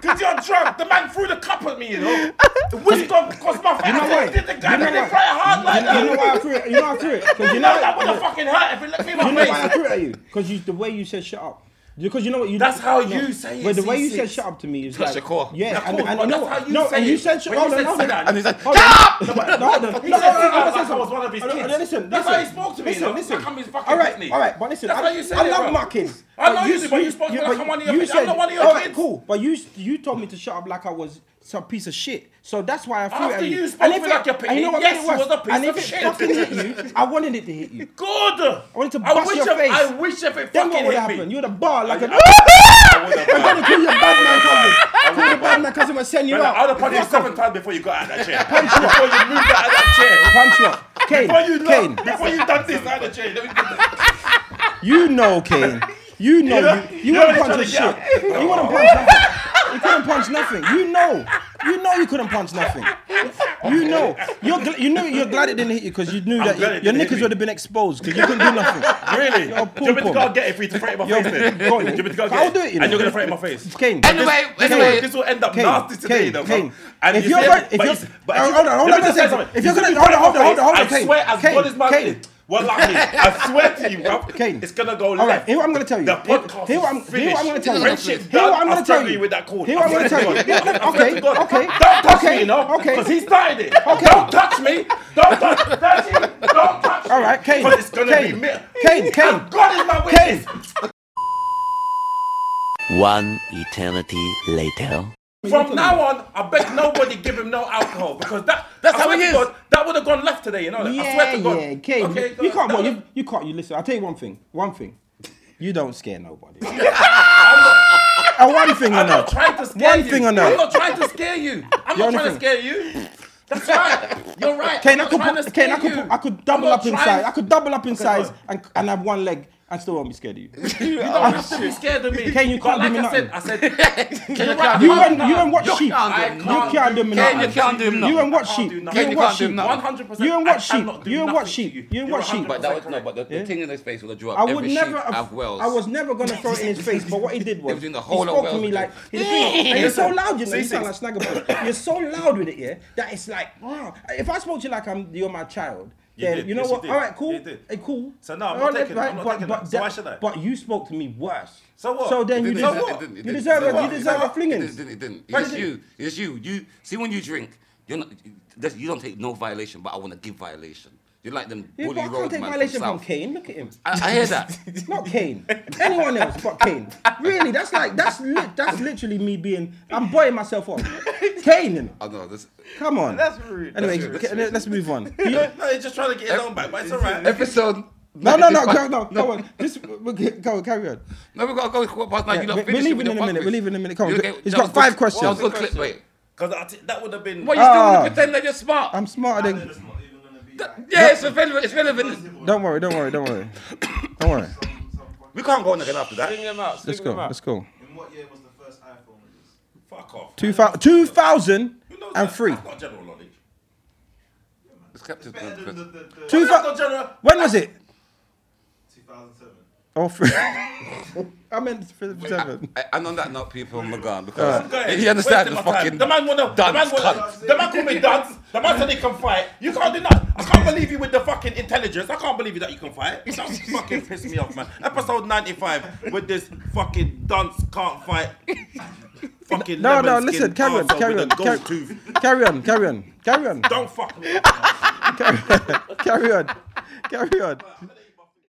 Because you're drunk. The man threw the cup at me, you know. The whisked off because my
know why?
face did the guy
You know
really
why?
try hard like
you know
that.
why I threw it? You know I threw it? Because you
No,
know,
that would have fucking hurt if it looked me in
you know why
my
I
face.
threw it at you? Because you, the way you said shut up. Because you know what you
That's how
no.
you say it,
But the way you
C6.
said shut up to me is like
your core.
Yeah,
Of
and,
course,
and
but
you know
that's
what?
how you
No,
say
and
it.
you said shut
When you
hold on,
said
hold
sit
on.
down,
And he's like,
Hold on. No, but- no, hold on.
He
No, no, no,
said, "Sit
I'm
down,"
gonna say
like I was
something.
one of his
Hold on,
kids.
hold on, Listen,
That's
listen.
how he spoke to me,
Listen,
you know?
listen.
How come he's fucking
All right,
with me?
all right, but listen.
That's
I,
how you say
I
it,
love
bro.
my kids.
I
but
know you do, but you spoke to me like I'm one of your
you
kids. I'm
said-
not one of your
all right,
kids.
Cool, but you you told me to shut up like I was some piece of shit. So that's why I threw it
After
at you.
you spoke to me
it-
like your
and you know
pig,
what
yes,
made it
you
worse?
was a piece
and if
of
it
shit.
fucking hit you, I wanted it to hit you.
Good. I
wanted to bust
wish
your
I-
face.
I wish if it
Then what
fucking
would
hit
happen?
me.
You'd have barred like a.
I would
I'm
have.
gonna call your bad man cousin. Call your bad man cousin and send you
Brother, I
out.
would have punched you
Fuck off.
seven times before you got out of that chair. Before you moved out of that chair.
Punch you up. Kane,
Before you
Kane,
look, before you done this, I had a change. Let me do that.
you know Kane. You know,
know-
you,
you
you
know
wouldn't punch
he's
a
trying to
shit.
get
You
Oh.
wouldn't punch nothing. You couldn't punch nothing. You know. You know you couldn't punch nothing. You know. You're gl- you know you're glad it didn't hit you because you knew that
glad it
your
didn't hit
knickers
me.
would have been exposed because you couldn't do nothing. You're a
Really? Do you want me to
pom-pom.
go and get it for you to throw it in my
You're-
face then?
go on,
Do you want me to go and
I'll
get
do it, you know.
And you're going to throw it in my face?
Kane.
Anyway,
This
anyway.
will, this will end up
Kane,
nasty today,
Kane,
though.
Kane.
bro. And
If
you
you're
said-
gonna- if
but
you're-
it's- but
hold
you-
on, hold
let
on
me
a
just say
second.
something.
If you're
You
gonna-
see me
hold on,
throw
hold
it in my
on, hold on,
face,
hold on,
I swear, as
Kane,
God is my
Kane.
witness, wallahi, I swear to you, bro.
Kane.
It's gonna go
All
left.
right, hear what I'm going to tell you.
The
Hear-
podcast
hear, what I'm,
is
hear what I'm going to
finished.
tell you.
Friendship's
Hear what
done.
I'm going to
I'm
tell
struggling
you.
with that call.
Hear what I'm going to tell you. Yeah, look,
Okay,
Okay,
God.
okay.
Don't touch
okay,
me, you know,
Okay.
because he started it.
Okay.
Don't touch me. Don't touch. That's it. Don't touch me.
All right, Kane.
But it's gonna
Kane.
be me.
Kane, Kane.
And God is my witness.
One eternity later.
From now on, I beg nobody give him no alcohol because that
That's
I
how
swear
it
to
is.
God, that would have gone left today, you know. that? I swear
Yeah,
to God.
yeah, Kane.
Okay,
you
God.
can't. Well, you, you can't. You listen. I'll tell you one thing. One thing. You don't scare nobody. and one thing or
I'm not
not.
trying to scare
One
you.
thing or
I'm
not.
not trying to scare you. I'm
You're
not trying to
anything.
scare you. That's right. You're right.
Kane, I
I'm
could,
not trying
put,
to
Kane,
scare
I could,
you.
put- I could
I'm
double
not
up in
trying-
size. I could double up in size
go on.
and, and have one leg and still won't be scared of you.
Oh, You don't have to be scared of me.
Kane, you
But
can't do
like
me
I said, I
nothing.
said, you're right.
You
I'm
and
not-
you and what sheep.
can't
I
do
can't
You can't do me nothing.
you can't do
You and what
I
sheep.
can't do
You
nothing.
and
You
what
can't do
sheep.
nothing.
100%.
You and
I
what sheep.
cannot do
You and what
nothing to
sheep.
you.
You and
You're
what sheep.
100%
But that was, no,
correct.
but the, the thing in his face would have dropped
I would
every
never
sheep
have,
of Wales.
I was never gonna throw it in his face, but what he did was,
was in the whole
he
of
spoke to
Wales,
me
dude.
like, and you're so loud, you know, you sound like Snaggerpuss. You're so loud with it, yeah, that it's like, wow. If I spoke to you like I'm, you're my child,
You
then
did,
you know
yes, you
what?
did.
All right, cool,
You did.
Eh, cool.
So no, I'm
All
not taking it, I'm not
but,
taking
but
it. So why
that-
should I?
But you spoke to me worse.
So what?
So then
It
you
didn't-
deserve-
it
deserve,
didn't- it
you
didn't-
deserve
it
a, you
didn't-
deserve a
It didn't,
flinging.
it didn't.
Thank
It's
you.
you. It's you. You see when you drink, you're not. that's- You don't take no violation, but I want to give violation. You're like them
Yeah,
bully
but I
road
can't take
man
violation from
from South.
Kane. Look at him.
I, I hear that.
Not Kane. Anyone else but Kane. Really, that's like that's lit, that's literally me being. I'm buoying myself up. Kane, you know.
I know. Oh, This
Come on.
That's rude.
Anyway,
That's rude,
okay,
that's rude.
let's move on.
No, he's just trying to get his own back, but it's all right.
episode.
No, no, no, no, no, come on. Just go, on, carry on.
No, we've got to go quarter past nine.
Yeah, we-
you lot
we're
finish it
leaving
with your
in a minute,
fuckeries.
we're leaving in a minute. Come on,
You
go-
get-
he's
that
got
was
five
good-
questions.
That was good clickbait.
Because I think that would have been.
What you
Ah.
still want to pretend that you're smart?
I'm smarter than.
yeah, it's relevant. It's relevant.
Don't worry, don't worry, don't worry. Don't worry.
We can't go on again after that.
Sing them out. Sing
Let's go.
them out.
Let's go.
In what year was the first iPhone released?
Fuck off.
Two thou- 2000
Who knows
and
that?
three.
That's not general knowledge.
It's Captain
Better than the,
Conference.
the, the
Two
That's
thou-
not general.
When was it?
2007.
Oh, three. I meant for seven.
I- And on that note, people, we're gone because
Go ahead.
he understands
Wasting
the
my
fucking.
time. The man wanna. The
dance
man wanna.
cunt.
The man called me dance. The man said he can fight. You can't do that. I can't believe you with the fucking intelligence. I can't believe you that you can fight. That fucking pissed me off, man. Episode ninety-five with this fucking dance can't fight. Fucking
No, no,
lemon-skinned
listen, carry on,
arsehole
carry
with
on,
a gold
carry,
tooth.
carry on, carry on, carry on,
Don't fuck me. up, man.
carry on, carry on. Carry on.